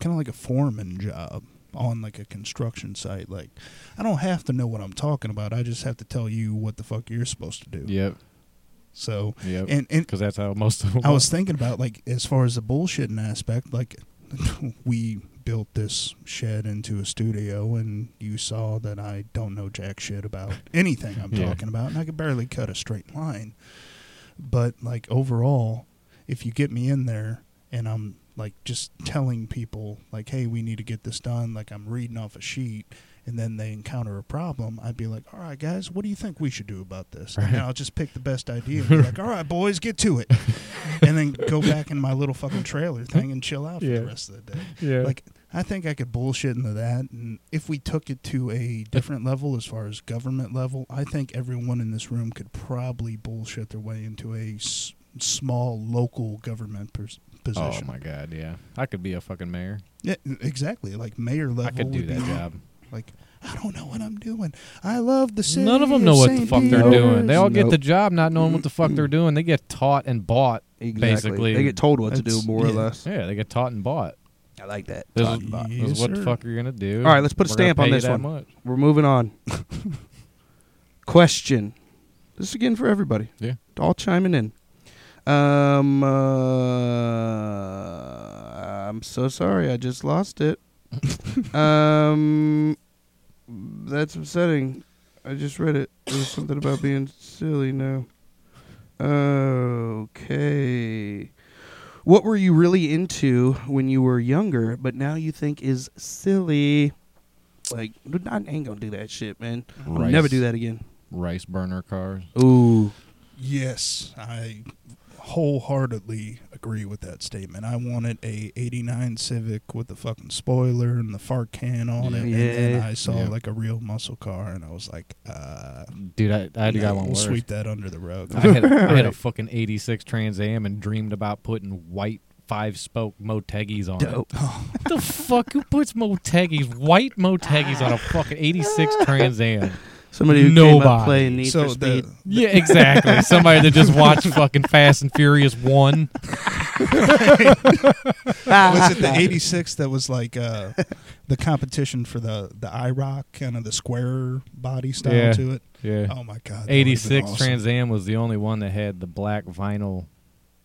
C: kind of like a foreman job on like a construction site. Like I don't have to know what I'm talking about. I just have to tell you what the fuck you're supposed to do.
B: yep,
C: So
B: yep.
C: and and
B: Because that's how most of them.
C: I was thinking about like as far as the bullshitting aspect, like we built this shed into a studio and you saw that I don't know jack shit about anything I'm
B: Yeah.
C: talking about and I could barely cut a straight line. But like overall, if you get me in there and I'm like just telling people like, hey, we need to get this done, like I'm reading off a sheet and then they encounter a problem, I'd be like, All right guys, what do you think we should do about this? And then I'll just pick the best idea and be like, All right, boys, get to it and then go back in my little fucking trailer thing and chill out for
B: Yeah.
C: the rest of the day.
B: yeah.
C: Like I think I could bullshit into that, and if we took it to a different level, as far as government level, I think everyone in this room could probably bullshit their way into a s- small local government pers-
B: oh
C: position.
B: my god, yeah. I could be a fucking mayor.
C: Yeah, e, exactly. Like mayor level.
B: I could do
C: would
B: that
C: be,
B: job.
C: Like I don't know what I'm doing. I love the city.
B: None of them
C: of
B: know what the
C: St.
B: fuck they're
C: Peter's.
B: doing. They all get
A: Nope.
B: the job not knowing what the fuck they're doing. They get taught and bought.
A: Exactly.
B: Basically,
A: they get told what to do
C: that's-
A: more or
C: yeah.
A: less.
B: Yeah, they get taught and bought.
A: I like that.
B: This
A: Taught
B: is-
A: and bought.
C: Yeah.
B: This is
C: Yes,
B: what the
C: sir.
B: fuck you're gonna do.
A: All right, let's put a
B: We're gonna
A: stamp on
B: pay you
A: this
B: that
A: one.
B: much.
A: We're moving on. Question. This is again for everybody.
B: Yeah.
A: All chiming in. Um. Uh, I'm so sorry. I just lost it. um. That's upsetting. I just read it. There was something about being silly now. Okay. What were you really into when you were younger, but now you think is silly? Like, I ain't gonna do that shit, man. I'll
B: Rice.
A: never do that again.
B: Rice burner cars.
A: Ooh.
C: Yes, I wholeheartedly agree with that statement. I wanted a '89 Civic with the fucking spoiler and the fart can on it, and then
A: Yeah.
C: I saw
B: Yeah.
C: like a real muscle car, and I was like, uh,
B: Dude, I, I had to
C: no,
B: got one
C: we'll
B: worse.
C: sweep that under the rug.
B: I had, I had a fucking 86 Trans Am and dreamed about putting white five spoke Motegis on
A: Dope.
B: it.
C: Oh,
B: What the fuck? Who puts Motegis, white Motegis on a fucking 86 Trans Am?
A: Somebody who came up
B: Nobody.
A: playing Need
C: so
A: for Speed.
C: the,
B: Yeah, exactly. Somebody that just watched fucking Fast and Furious 1.
C: was it the '86 that was like uh, the competition for the the IROC kind of the square body style
B: Yeah.
C: to it?
B: Yeah.
C: Oh my god, that would've been
B: 86
C: awesome.
B: Trans Am was the only one that had the black vinyl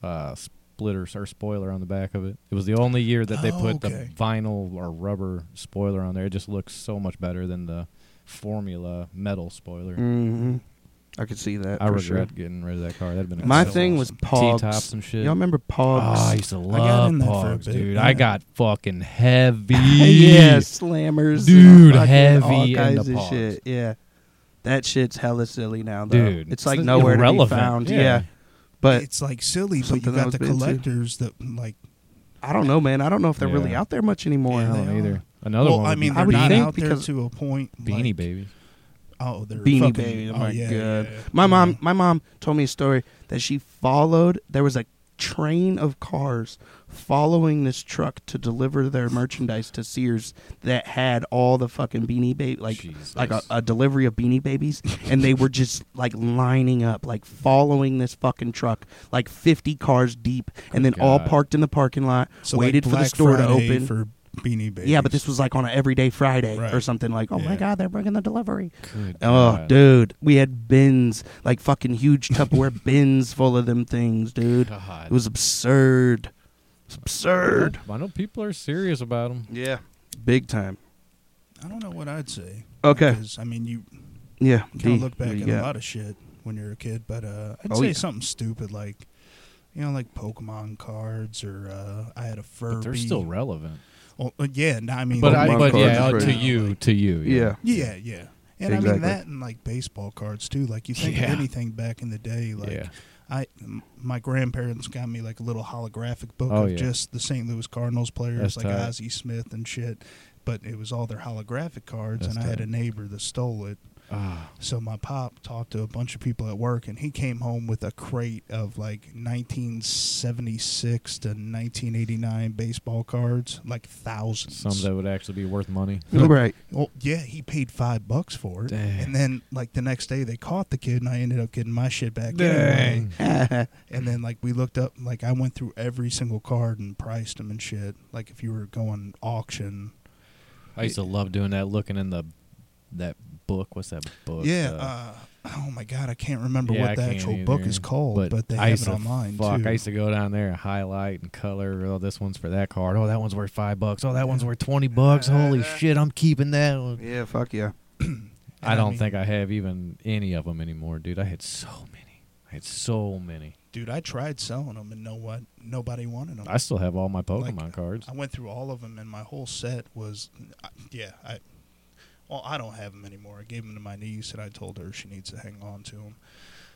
B: uh, splitter or spoiler on the back of it. It was the only year that they
C: Oh,
B: put the
C: okay.
B: vinyl or rubber spoiler on there. It just looks so much better than the formula metal spoiler.
A: hmm I could see that.
B: I
A: for
B: regret
A: sure.
B: getting rid of that car. That'd been a
A: My
C: so
A: thing
C: awesome.
A: was
B: T-tops
A: Pogs.
B: and shit.
A: Y'all remember
B: Oh,
A: Pogs?
B: I used to
C: I got
B: love
C: in that for a
B: Pogs,
C: bit,
B: dude.
C: yeah.
B: I got fucking heavy.
A: yeah, slammers, and
B: Dude,
A: fucking all
B: heavy
A: kinds
B: into
A: of
B: Pogs.
A: shit. Yeah, That shit's hella silly now, though.
B: Dude,
A: it's like
B: it's
A: nowhere
B: irrelevant,
A: to be found.
B: yeah.
A: Yeah, but
C: it's like silly, but you
A: something I
C: got
A: was
C: the
A: been to.
C: collectors that like.
A: I don't know, man. I don't know if they're really
B: Yeah.
A: out there much anymore.
C: Yeah,
B: I don't
C: they
B: either.
C: are.
B: Another
C: well,
B: one.
C: I
B: would
C: mean,
B: be
C: they're
A: I would
C: not
A: think
C: out there
A: because-
C: to a point.
B: Beanie
C: like,
B: Babies.
C: Oh, they're
A: Beanie
C: fucking,
A: Baby. Oh
C: oh,
A: my
C: yeah,
A: god.
C: yeah, yeah.
A: My
C: Yeah.
A: mom my mom told me a story that she followed there was a train of cars following this truck to deliver their merchandise to Sears that had all the fucking beanie baby like
B: Jesus.
A: like a, a delivery of beanie babies and they were just like lining up like following this fucking truck like 50 cars deep and then all
B: God.
A: parked in the parking lot
C: So, like,
A: waited for the
C: Black
A: store
C: Friday
A: to open
C: for Beanie Babies.
A: yeah but this was like on an everyday Friday
C: Right.
A: or something like oh my
C: Yeah.
A: god they're bringing the delivery
B: Good
A: Oh,
B: God.
A: dude, we had bins, like fucking huge Tupperware bins full of them things, dude.
B: God.
A: It was absurd. It's absurd.
B: I know people are serious about them.
A: Yeah. Big time.
C: I don't know what I'd say.
A: Okay.
C: Because, I mean, you
A: Yeah.
C: kind
A: D,
C: of look
A: what
C: back
A: do you
C: at a
A: got?
C: lot of shit when you're a kid, but uh, I'd
A: Oh,
C: say
A: yeah.
C: something stupid like, you know, like Pokemon cards or uh, I had a Furby.
B: But they're still relevant.
C: Well, uh, yeah, no, I mean,
B: But, I,
A: Pokemon
B: but
A: cards
B: yeah,
A: is
B: uh, to
A: crazy.
B: you, to you.
A: Yeah.
C: yeah, yeah. And I
A: Exactly.
C: mean that, and like baseball cards too. Like you think
B: Yeah.
C: of anything back in the day, like
B: yeah.
C: I, m- my grandparents got me like a little holographic book
B: Oh,
C: of
B: yeah.
C: just the St. Louis Cardinals players,
B: That's
C: like
B: tight.
C: Ozzie Smith and shit. But it was all their holographic cards,
B: That's
C: and I had
B: tight.
C: a neighbor that stole it.
B: Ah,
C: So my pop talked to a bunch of people at work, and he came home with a crate of like 1976 to 1989 baseball cards, like thousands.
B: some that would actually be worth money.
A: Right.
C: Well, yeah, he paid five bucks for it,
B: Dang.
C: and then like the next day they caught the kid, and I ended up getting my shit back. anyway.
B: Dang.
C: And then like we looked up, like I went through every single card and priced them and shit. Like if you were going auction,
B: I used to love doing that. Looking in the that book. What's that book?
C: yeah.
B: Uh,
C: Uh, oh my god, I can't remember
B: yeah, I
C: what the
B: can't
C: actual book
B: either.
C: is called, but, they
B: I
C: have
B: used
C: it
B: to-
C: online
B: Fuck,
C: too.
B: I used to go down there and highlight and color. Oh, this one's for that card. Oh, that one's worth five bucks. Oh, that one's worth twenty bucks. Holy shit, I'm keeping that one.
A: Yeah, fuck yeah.
B: I
C: And
B: don't
C: mean,
B: think I have even any of them anymore, dude. I had so many. I had so many.
C: dude. I tried selling them, and no what, nobody wanted them.
B: I still have all my Pokemon
C: Like, uh,
B: cards.
C: I went through all of them, and my whole set was, I- yeah. I well, I don't have them anymore. I gave them to my niece, and I told her she needs to hang on to them.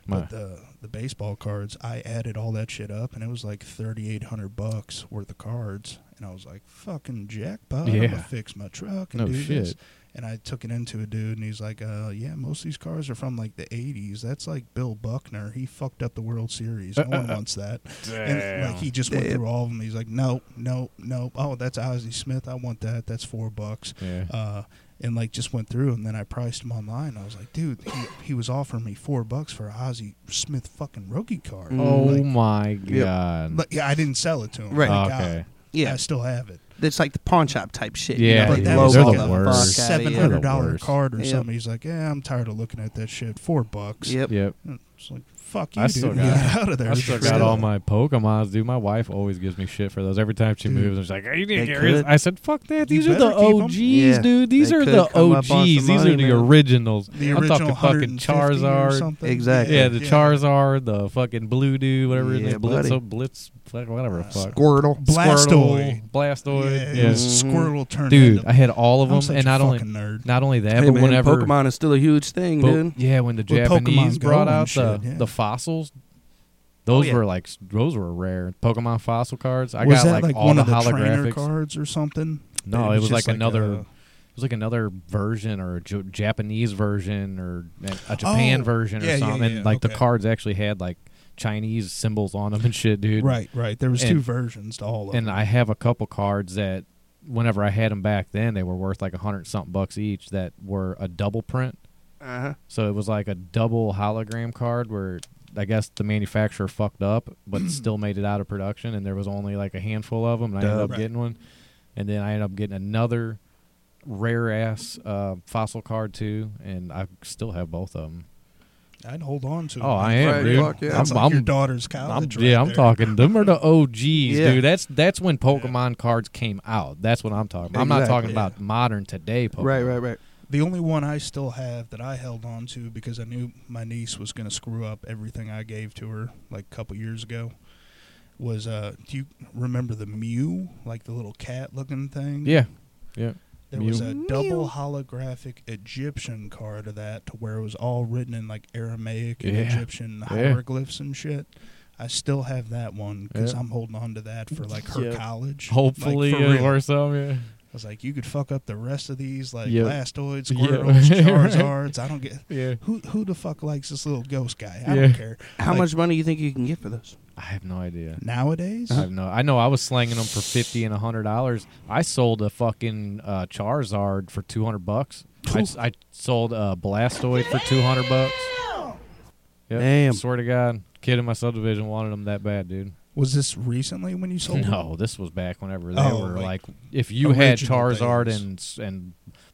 B: My-
C: But the the baseball cards, I added all that shit up, and it was like thirty eight hundred bucks worth of cards. And I was like, "Fucking jackpot! I'm
B: Yeah.
C: gonna fix my truck and
B: No
C: do this."
B: shit.
C: And I took it into a dude, and he's like, "Uh, yeah, most of these cars are from like the '80s. That's like Bill Buckner. He fucked up the World Series. No one wants that." And like he just went
A: Damn.
C: through all of them. He's like, "Nope, nope, nope. Oh, that's Ozzie Smith. I want that. That's four bucks."
B: yeah.
C: uh, and like just went through and then I priced him online. I was like, dude, he, he was offering me four bucks for a Ozzy Smith fucking rookie card.
B: oh
C: Like-
B: my
A: Yep.
B: god.
C: like, yeah, I didn't sell it to him.
A: Right.
C: Thank
B: Okay.
C: I
A: Yeah.
C: still have it.
A: It's like the pawn shop type shit.
B: Yeah,
A: you know,
C: but
A: they
C: that
B: They're
C: was
A: lowball
C: like
B: the
A: fuck
C: a
B: worst.
A: outta you.
C: seven
B: They're the
C: hundred dollar
B: worst.
C: card or
A: Yep.
C: something. He's like, yeah, I'm tired of looking at that shit. Four bucks.
A: Yep.
B: Yep.
C: It's like, fuck you,
B: I
C: dude.
B: still
C: Get
B: got-
C: out of there.
B: I still got all my Pokemons, dude. My wife always gives me shit for those. Every time she
C: Dude.
B: moves, I'm just like, hey, you need
A: They
B: to get rid of
A: could.
B: I said, fuck that.
C: You
B: These are the
C: better keep 'em.
B: OGs,
A: Yeah,
B: dude. These
A: they
B: are
A: could
B: the
A: come up on
B: OGs.
A: some
B: These
A: money,
B: are the
A: man.
B: originals.
C: The
B: I'm talking
C: original
B: fucking
C: 150 or
B: Charizard.
C: something.
A: Exactly.
B: Yeah, the Charizard, the fucking Blue Dude, whatever
A: Yeah,
B: yeah, Blitz,
A: buddy.
B: oh, Blitz, fuck, whatever.
C: Uh,
B: fuck.
A: Squirtle.
C: Blastoid.
B: Squirtle, Blastoid.
C: Yeah,
B: Yeah.
C: it was Squirtle turned
B: Dude,
C: into-
B: I had all of
C: I'm
B: them,
C: such
B: and
C: a
B: not only
C: fucking nerd.
B: not only that,
A: Hey,
B: but
A: man,
B: whenever
A: Pokemon is still a huge thing,
B: Bo-
A: dude.
B: Yeah, when the
C: With Pokemon
B: Japanese
C: Go
B: brought
C: and
B: out the,
C: shit, yeah. Oh,
B: the fossils, those
A: yeah.
B: were like s- those were rare Pokemon fossil cards. I
C: was
B: got
C: that
B: like,
C: like,
B: all
C: one
B: the
C: of the trainer
B: holographics.
C: cards or something?
B: No,
C: That
B: it was
C: just uh,
B: like another-
C: a-
B: It was like another version or a J- Japanese version or eh, a Japan
C: Oh,
B: version
C: yeah,
B: or
C: yeah,
B: something.
C: yeah,
B: and like the
C: okay.
B: cards actually had like Chinese symbols on them and shit, dude.
C: right, right. There was
B: and-
C: two versions to all of
B: And
C: them.
B: I have a couple cards that whenever I had them back then, they were worth like a hundred something bucks each that were a double print.
A: Uh-huh.
B: So it was like a double hologram card where I guess the manufacturer fucked up, but still made it out of production, and there was only like a handful of them. And I ended
A: Duh.
B: up
C: Right.
B: getting one, and then I ended up getting another rare ass uh, fossil card too, and I still have both of them.
C: I'd hold on to.
B: Oh,
C: it.
B: I am,
A: Right,
B: dude.
A: fuck yeah.
B: I'm,
C: That's like
B: I'm-
C: your daughter's
B: I'm-
C: college.
B: yeah,
C: right
B: I'm
C: there.
B: talking. Them are the OGs,
A: Yeah.
B: dude. That's that's when Pokemon cards came out. That's what I'm talking. about. I'm not
A: Exactly,
B: talking
C: yeah.
B: about modern today Pokemon.
A: Right, right, right.
C: The only one I still have that I held on to because I knew my niece was going to screw up everything I gave to her like a couple years ago was uh do you remember the Mew, like the little cat looking thing?
B: Yeah, yeah.
C: There was a
A: Mew.
C: double holographic Egyptian card of that to where it was all written in like Aramaic and
B: Yeah.
C: Egyptian hieroglyphs and shit. I still have that one because
B: Yeah.
C: I'm holding on to that for like her
A: Yeah.
C: college. Like,
B: Hopefully,
C: for
B: it
C: real.
B: or some. Yeah.
C: I was like, you could fuck up the rest of these like
B: Yeah.
C: Blastoids,
B: Yeah.
C: Squirtles,
B: Right.
C: Charizards. I don't get
B: Yeah.
C: who who the fuck likes this little ghost guy. I
B: Yeah.
C: don't care.
A: How
C: Like-
A: much money you think you can get for those?
B: I have no idea.
C: Nowadays,
B: I have no. I know I was slanging them for fifty and hundred dollars. I sold a fucking uh, Charizard for two hundred bucks. I, s- I sold a Blastoid for two hundred bucks. Yep.
A: Damn.
B: Swear to God, kid in my subdivision wanted them that bad, dude.
C: was this recently when you sold?
B: No, this was back whenever they
C: Oh,
B: were like,
C: like,
B: if you had
C: original
B: Charizard
C: days.
B: and s- and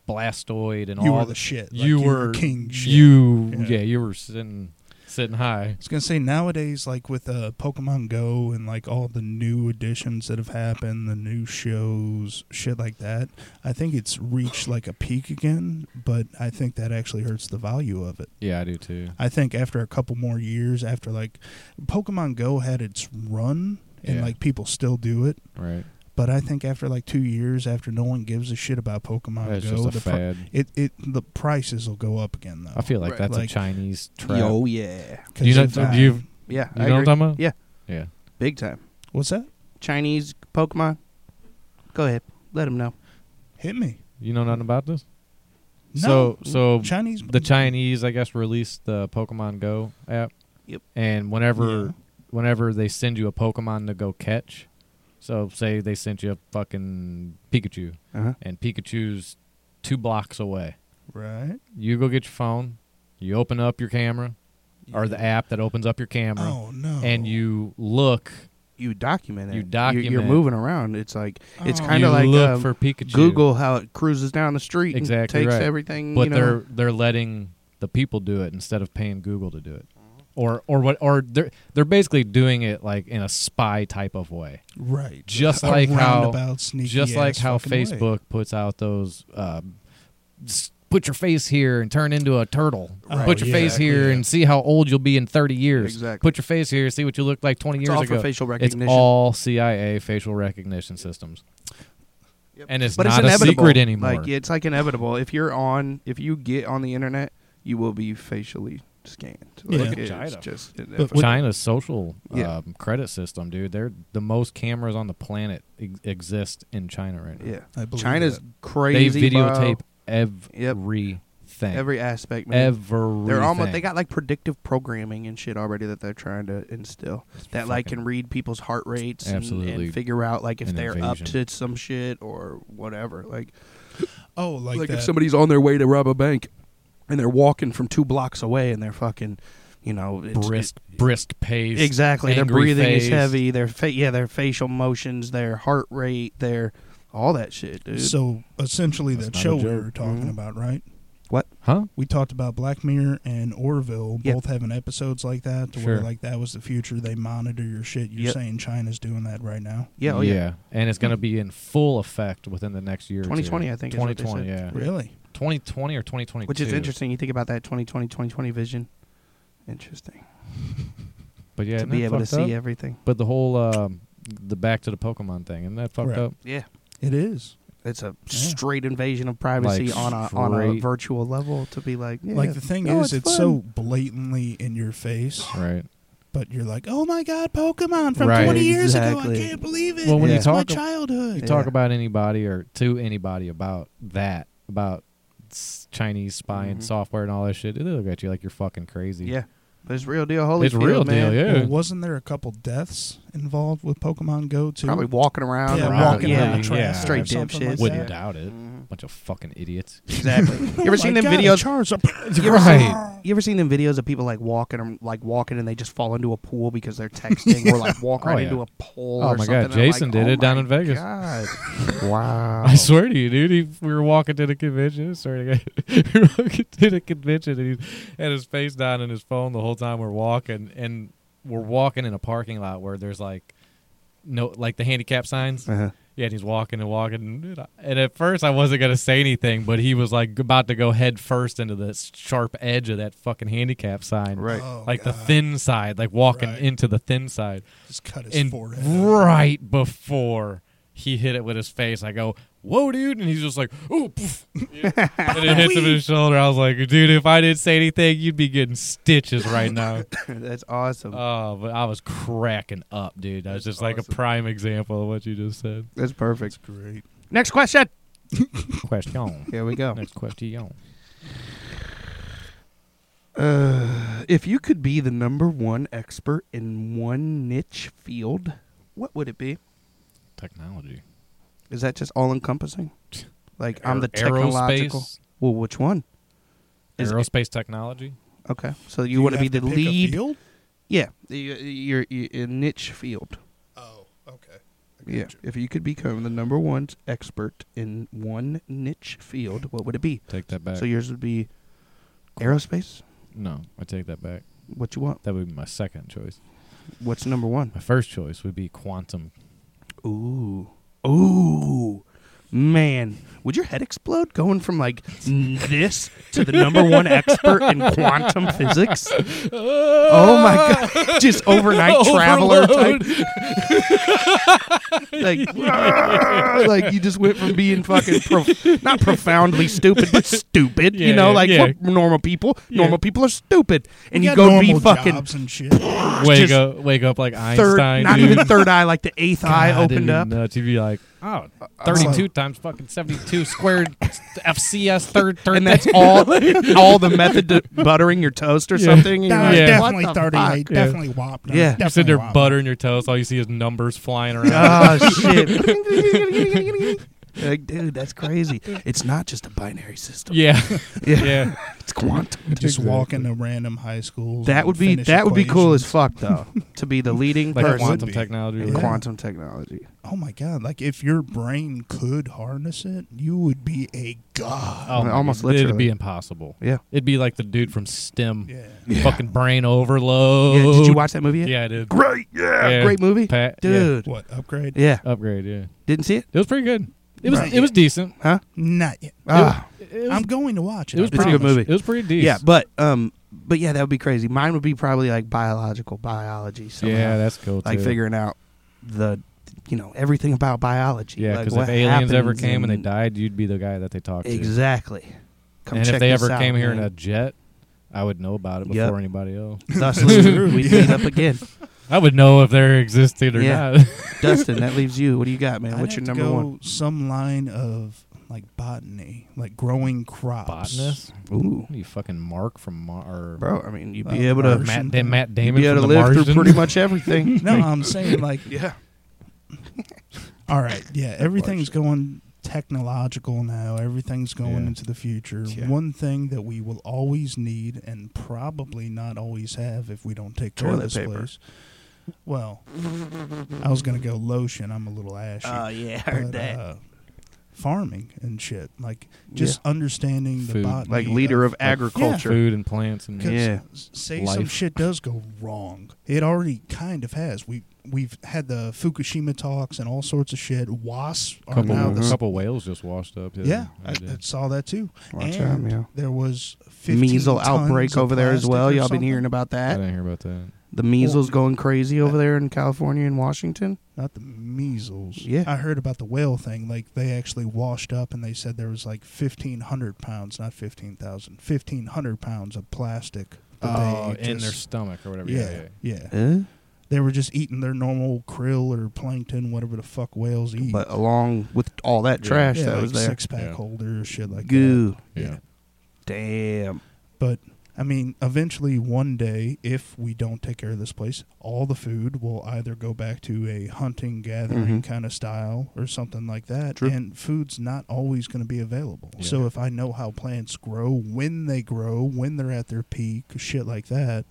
B: Blastoid and
C: it? you
B: all
C: were the
B: th-
C: shit. Like,
B: you, were
C: king shit.
B: You
C: Yeah.
B: yeah, you were sitting sitting high.
C: I was gonna say nowadays, like with uh, Pokemon Go and like all the new additions that have happened, the new shows, shit like that. I think it's reached like a peak again, but I think that actually hurts the value of it.
B: Yeah, I do too.
C: I think after a couple more years, after like Pokemon Go had its run, and
B: Yeah.
C: like people still do it.
B: Right,
C: But I think after like two years, after no one gives a shit about Pokemon
B: it's
C: Go,
B: just a
C: the, pri-
B: fad.
C: it it the prices will go up again though.
B: I feel like
A: Right,
B: that's
C: like-
B: a Chinese trap.
A: Yo, yeah,
C: 'Cause
B: do you know?
C: it's, uh,
B: Do you,
A: yeah.
B: you
A: I
B: know what I'm
A: agree.
B: talking about?
A: Yeah.
B: yeah.
A: Big time.
C: what's that?
A: Chinese Pokemon. Go ahead, let them know.
C: Hit me.
B: You know nothing about this.
C: No.
B: So so
C: Chinese
B: the Chinese, I guess, released the Pokemon Go app.
A: Yep.
B: And whenever whenever they send you a Pokemon to go catch, so say they sent you a fucking Pikachu,
A: Uh-huh.
B: and Pikachu's two blocks away.
C: right.
B: You go get your phone, you open up your camera, or the app that opens up your camera,
C: Oh no!
B: and you look.
A: You document it.
B: You
A: You're- You're,
B: document.
A: moving around. It's like it's
C: Oh.
A: kind
B: you
A: of like
B: look
A: um,
B: for Pikachu.
A: Google how it cruises down the street.
B: Exactly
A: and Takes
B: right.
A: everything.
B: but
A: you know.
B: they're they're letting the people do it instead of paying Google to do it, or or what or they're they're basically doing it like in a spy type of way,
C: right
B: just
C: A
B: like how-
C: roundabout, sneaky
B: just like
C: ass
B: how
C: fucking way.
B: Facebook puts out those. Um, s- Put your face here and turn into a turtle.
C: Right.
B: Put your
C: Oh,
B: face
C: exactly,
B: here
C: yeah.
B: and see how old you'll be in 30 years.
A: Exactly.
B: Put your face here, see what you looked like 20
A: it's
B: years
A: all
B: ago.
A: for facial
B: it's
A: recognition.
B: all CIA facial recognition systems.
A: Yep.
B: And it's
A: but
B: not
A: it's
B: a
A: inevitable.
B: secret anymore.
A: Like it's like inevitable. If you're on, if you get on the internet, you will be facially scanned.
C: Yeah.
A: Like,
B: Look at
A: it's
B: China.
A: just
C: But
A: inevitable.
B: China's social
A: Yeah.
B: um, credit system, dude. They're the most cameras on the planet ex- exist in China right now.
A: yeah.
C: I believe
A: China's
C: that.
B: they
A: crazy.
B: videotape
A: Yep.
B: everything.
A: every aspect. Man.
B: everything.
A: They're almost they got like predictive programming and shit already that they're trying to instill that like
B: fucking-
A: can read people's heart rates and,
B: Absolutely.
A: and figure out like if
B: An
A: they're up
B: invasion.
A: to some shit or whatever. Like
C: oh like,
A: like,
C: that.
A: if somebody's on their way to rob a bank and they're walking from two blocks away and they're fucking, you know, it's,
B: brisk, brisk pace.
A: exactly their
B: angry
A: breathing is
B: face.
A: heavy. Their fa- yeah, their facial motions, their heart rate, their all that shit, dude.
C: so essentially
B: That's
C: that
B: not
C: show
B: a
C: we
B: joke. Mm-hmm.
C: were talking
A: Mhm.
C: about, right?
B: Huh?
C: We talked about Black Mirror and Orville
A: Yep.
C: both having episodes like that, to
B: Sure.
C: where like that was the future. They monitor your shit. You're
A: Yep.
C: saying China's doing that right now?
A: yeah, oh, yeah.
B: And it's going to be in full effect within the next year. or two.
A: 2020, I think is what they
B: 2020,
A: said.
B: yeah.
C: Really?
B: 2020 or 2022.
A: Which is interesting. You think about that 2020, 2020 vision. Interesting
B: But yeah,
A: to
B: isn't
A: be
B: that
A: able to
B: fucked
A: see
B: up?
A: everything.
B: But the whole um, the back to the Pokemon thing, isn't that fucked
C: Right.
B: up?
A: Yeah,
C: It is.
A: it's a straight invasion of privacy
B: Like,
A: on a on a
B: straight-
A: virtual level. To be like, yeah,
C: Like the thing
A: no,
C: is, it's,
A: fun.
C: so blatantly in your face,
B: Right.
C: but you're like, oh my god, Pokemon from
B: Right.
C: 20 years ago. I
A: Exactly.
C: can't believe it.
B: Well, when
A: you
C: It's my
B: talk-
C: childhood.
B: you
A: Yeah.
B: talk about anybody or to anybody about that about s- Chinese spying
A: Mhm.
B: software and all that shit, they look at you like you're fucking crazy.
A: Yeah, but it's real deal. Holy,
B: it's real
A: man.
B: deal. Yeah,
C: Well, wasn't there a couple deaths involved with Pokemon Go too?
A: Probably walking around,
C: yeah,
A: or
B: Probably,
C: walking around
B: yeah,
C: the trash,
B: yeah.
C: or
A: Straight
C: something
A: dipshits.
C: Like
B: wouldn't
C: that.
B: doubt it.
A: Mhm.
B: Bunch of fucking idiots.
A: Exactly. you
C: Oh
A: ever seen
C: my
A: them
C: God, a
A: videos?
C: Charizard.
A: You ever,
B: Right.
A: you ever seen them videos of people like walking, like walking, and they just fall into a pool because they're texting, or like walk
B: Oh,
A: right
B: yeah.
A: into a pole.
B: Oh
A: or
B: my God,
A: something, and I'm
B: Jason
A: like,
B: did
A: "Oh
B: it down
A: my
B: in Vegas."
A: God. wow.
B: I swear to you, dude. He, we were walking to the convention. Sorry, to go- we were walking to the convention, and he had his face down in his phone the whole time we're walking, and we're walking in a parking lot where there's like no, like the handicap signs.
A: Uh-huh.
B: Yeah, and he's walking and walking. And, dude, I- and at first, I wasn't going to say anything, but he was like about to go head first into the sharp edge of that fucking handicap sign.
A: Right.
C: Oh,
B: Like the
C: God.
B: thin side, like walking
C: Right.
B: into the thin side.
C: Just cut his
B: And
C: forehead.
B: right before he hit it with his face, I go, "Whoa, dude!" And he's just like, "Ooh," poof. and it hits him in the shoulder. I was like, "Dude, if I didn't say anything, you'd be getting stitches right now."
A: That's awesome.
B: Oh, but I was cracking up, dude. That was
A: That's
B: just like a
A: awesome.
B: prime example of what you just said.
A: That's perfect.
C: Great.
A: Next question.
B: Question.
A: Here we go.
B: Next question.
A: Uh, if you could be the number one expert in one niche field, what would it be?
B: Technology.
A: Is that just all encompassing? Like I'm the
B: Aer-
A: technological.
B: Aerospace,
A: Well, which one? Is it-
B: aerospace technology.
A: Okay, so you,
C: You
A: want to
C: have
A: be the
C: pick a
A: lead?
C: field?
A: Yeah, your, your, your niche field.
C: Oh, okay. I
A: Yeah,
C: gotcha.
A: if you could become the number one expert in one niche field, what would it be?
B: Take that back.
A: So yours would be aerospace.
B: no, I take that back.
A: What you want?
B: That would be my second choice.
A: What's number one?
B: My first choice would be quantum.
A: Ooh, ooh, man! Would your head explode going from like n- this to the number one expert in quantum physics? Oh my god! Just overnight traveler type. like, ah, like you just went from being fucking prof- not profoundly stupid, but stupid. you
B: Yeah,
A: know,
B: yeah,
A: like
B: yeah.
A: what normal people.
B: Yeah.
A: Normal people are stupid, and
C: We
A: you
C: got
A: go be
C: normal
A: fucking
C: jobs and shit.
B: Wake
A: just
B: up, wake up like
A: third,
B: Einstein.
A: not
B: dude.
A: even third eye, like the eighth eye
B: God,
A: opened
B: it'd be
A: up. Uh,
B: Nuts. You'd be like, oh, 32 times fucking 72 squared FCS third third.
A: And that's all, all the method to buttering your toast or
B: Yeah.
A: something. You're
C: Nah,
A: like,
B: Yeah.
A: what
C: Definitely
A: the
C: thirty-eight.
B: Yeah.
C: Definitely wop.
A: Yeah.
B: you
A: You're
B: sit there
C: wop.
B: buttering your toast. All you see is numbers flying around.
A: Oh shit! like, dude, that's crazy. It's not just a binary system.
B: Yeah,
A: Yeah,
B: yeah.
A: it's quantum.
C: Just walk into random high schools.
A: That
C: and
A: would be
C: finish
A: that would be cool as
C: equations.
A: fuck though. to be the leading
B: Like
A: person
B: quantum
C: be.
B: technology.
A: in
C: Yeah.
A: quantum technology.
C: Oh my god! Like if your brain could harness it, you would be a god.
B: Oh, my
A: Almost
B: God. It'd
A: literally.
B: be impossible.
A: Yeah.
B: It'd be like the dude from STEM.
C: Yeah.
B: Fucking brain overload.
A: Yeah, did you watch that movie yet?
B: Yeah, I did.
A: Great. Yeah.
B: Yeah.
A: Great movie.
B: Pat, yeah.
A: Dude.
C: What upgrade?
A: Yeah.
B: Upgrade, yeah.
A: Didn't see it?
B: It was pretty good. It was
C: Right.
B: it was decent.
A: Huh?
C: Not yet.
A: Ah.
B: It was,
C: I'm going to watch it.
B: it was
C: I
A: It's a
B: pretty
A: good
C: promise.
A: movie.
B: It was pretty decent.
A: Yeah, but um but yeah, that would be crazy. Mine would be probably like biological biology somehow.
B: yeah, that's cool too.
A: like figuring out the you know, everything about biology.
B: Yeah,
A: like
B: because
A: what
B: if aliens ever
A: happens
B: came and they died, you'd be the guy that they talked to.
A: Exactly. Come
B: and
A: check
B: if they
A: this
B: ever
A: out,
B: came here in
A: man.
B: a jet, I would know about it
A: Yep.
B: before anybody else.
A: thus we meet up again.
B: I would know if they're existing or
A: Yeah.
B: not.
A: Dustin, that leaves you. What do you got, man?
C: I'd
A: What's your
C: have to
A: number
C: go
A: one?
C: Some line of like botany, like growing crops.
B: Botanist,
A: Ooh.
B: you fucking Mark from Mar- or
A: Bro, I mean, you'd
C: Well,
B: Uh,
A: be able to
C: Martian.
B: Matt, then Matt Damon
A: be
B: from
A: able to
B: The
A: live
B: Martian.
A: through pretty much everything.
C: No, I'm saying like,
A: Yeah.
C: all right, yeah, everything's
A: Martian.
C: going technological now. Everything's going
B: Yeah.
C: into the future.
A: Yeah.
C: One thing that we will always need and probably not always have if we don't take care of
A: Toilet
C: this
A: paper.
C: place. Well, I was gonna go lotion. I'm a little ashy.
A: Oh, yeah,
C: but, uh, farming and shit, like just understanding the
B: Food.
C: botany,
A: like leader of
B: yeah.
A: agriculture.
B: food and plants and
C: 'Cause
A: Yeah.
C: s- say some
B: Life.
C: shit does go wrong. It already kind of has. We we've had the Fukushima talks and all sorts of shit. Wasps
B: a
C: are
B: Oh, couple,
C: now the
A: Mhm.
B: couple whales just washed up.
C: yeah.
B: I
C: I,
B: did.
C: I saw that too.
A: Watch out,
C: and
A: yeah.
C: there was 15
A: Measle
C: tons
A: outbreak
C: of
A: over there as
C: plastic
A: well.
C: or
A: Y'all been
C: something.
A: hearing about
B: I
A: that?
B: didn't hear about that.
A: The
C: Oh.
A: measles going crazy over there in California and Washington.
C: Not the measles.
A: Yeah.
C: I heard about the whale thing. Like they actually washed up and they said there was like fifteen hundred pounds, not fifteen thousand, fifteen hundred pounds of plastic. that
B: Oh,
C: they
B: in their
C: just-
B: stomach or whatever.
C: yeah, yeah.
A: Huh?
C: They were just eating their normal krill or plankton, whatever the fuck whales eat.
A: But along with all that
B: Yeah.
A: trash
C: yeah,
A: that
C: like
A: was there,
C: six pack
B: Yeah.
C: holders, shit like that.
A: goo.
B: yeah. yeah.
A: Damn.
C: But I mean, eventually, one day, if we don't take care of this place, all the food will either go back to a hunting gathering
B: Mm-hmm.
A: Mhm.
C: kind of style or something like that.
A: True.
C: And food's not always going to be available.
B: Yeah.
C: So if I know how plants grow, when they grow, when they're at their peak, shit like that.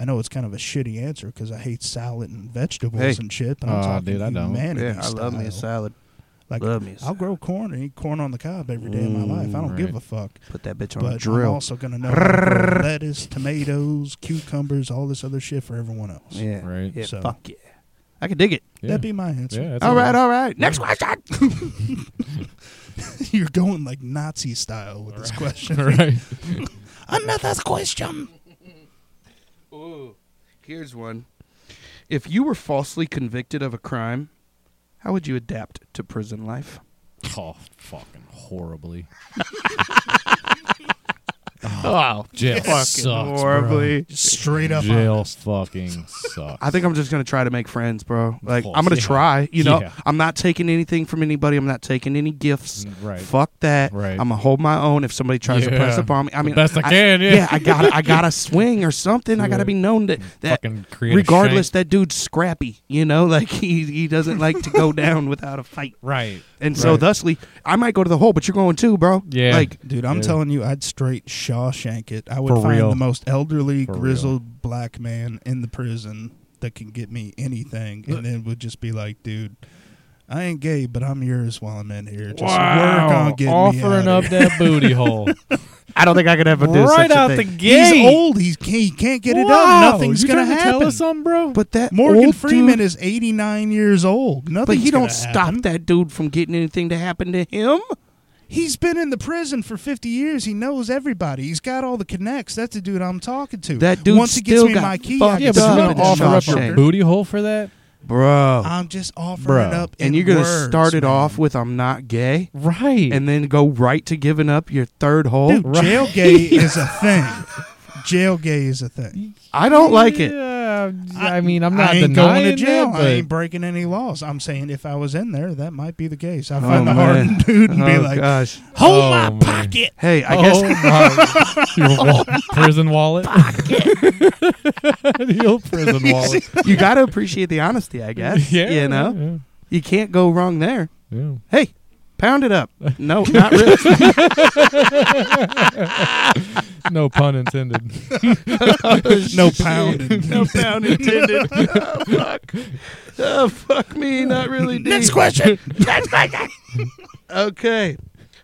C: I know it's kind of a shitty answer because I hate salad and vegetables
A: Hey.
C: and shit, but I'm
B: Aw,
C: talking
B: dude, I don't.
C: humanity
A: Yeah, I love me a
C: style.
A: salad.
C: Like,
A: love me. A
C: I'll
A: salad.
C: grow corn and eat corn on the cob every day of my life. I don't
B: Mm,
C: give
B: right.
C: a fuck
A: Put that bitch on
C: but
A: a
C: I'm
A: drill.
C: also going to know how to grow lettuce, tomatoes, cucumbers, all this other shit for everyone else.
A: yeah.
B: Right.
A: Yeah.
C: So-
A: Fuck yeah. I can dig it. Mm.
B: Yeah.
C: That'd be my answer.
B: Yeah, that's
A: all
B: a-
A: right. All right. Next question.
C: You're going like Nazi style with this question.
B: right.
C: Another question.
A: Ooh, here's one. If you were falsely convicted of a crime, how would you adapt to prison life?
B: Oh, fucking horribly.
A: Oh,
B: Jail
A: fucking
B: sucks, bro.
A: horribly.
C: Straight up.
B: Jail fucking sucks.
A: I think I'm just gonna try to make friends, bro. Like
B: course,
A: I'm gonna
B: yeah.
A: try. You know,
B: Yeah.
A: I'm not taking anything from anybody. I'm not taking any gifts.
B: Mm, right.
A: Fuck that.
B: Right.
A: I'm gonna hold my own. If somebody tries to press
B: Yeah.
A: upon me, I
B: The
A: mean,
B: best I can, yeah.
A: I gotta, I gotta swing or something. I gotta
B: Yeah.
A: be known that that.
B: fucking create a
A: Regardless,
B: shank.
A: that dude's scrappy. You know, like he he doesn't like to go down without a fight.
B: right.
A: And so,
B: Right.
A: thusly, I might go to the hole, but you're going too, bro.
B: Yeah.
A: Like,
C: Dude, I'm
B: Yeah.
C: telling you, I'd straight Shawshank it. I would
B: For
C: find
B: real.
C: the most elderly,
B: For real.
C: grizzled black man in the prison that can get me anything, and then would just be like, dude. I ain't gay, but I'm yours while I'm in here. Just work on getting me out
B: offering up
C: of here."
B: that booty hole
A: I don't think I could ever do
B: right
A: such a
B: out the
A: thing.
B: gate.
C: He's old. He's, he can't get it
B: Wow,
C: up. Nothing's
B: you
C: gonna
B: trying to
C: happen.
B: Tell us something, bro.
A: but that
C: Morgan
A: old
C: Freeman
A: dude,
C: is 89 years old. Nothing.
A: but he don't stop that dude from getting anything to happen to him.
C: He's been in the prison for 50 years. He knows everybody. He's got all the connects. That's the dude I'm talking to.
A: That dude
C: Once he gets
A: still
C: me
A: got
C: my key,
A: fucked
C: I
B: Oh, yeah,
C: can
A: up
B: but
C: sell
B: you're
A: Stop
C: him
A: it,
B: gonna
C: to
B: offer up
A: Shawshank.
B: your
C: shopkeeper.
B: booty hole for that,
A: bro.
C: I'm just offering
B: Bro.
C: it up.
A: and
C: in
A: you're gonna
C: words,
A: start it
C: man.
A: off with I'm not gay,
B: right?
A: and then go right to giving up your third hole.
C: Dude,
B: Right.
C: jail gay is a thing. Jail gay is a thing.
A: I don't like it.
B: Yeah, I mean, I'm not
C: I ain't
B: denying
C: going to jail.
B: That,
C: I
B: but-
C: ain't breaking any laws. I'm saying if I was in there, that might be the case. I
A: Oh,
C: find the
A: man.
C: hardened dude and be
A: Oh,
C: like,
A: gosh.
C: "Hold
B: Oh,
C: my
B: man.
C: pocket."
A: Hey, I
B: oh,
A: guess
B: my- your wall- prison wallet, the old prison wallet.
C: oh.
A: you got to appreciate the honesty. I guess.
B: Yeah,
A: You know, you can't go wrong there.
B: yeah, yeah.
A: Hey, pound it up. No, not really.
B: No pun intended.
C: No pounding.
A: no pound intended. Oh, fuck. Oh, fuck me. Not really. D.
C: Next question.
A: Okay.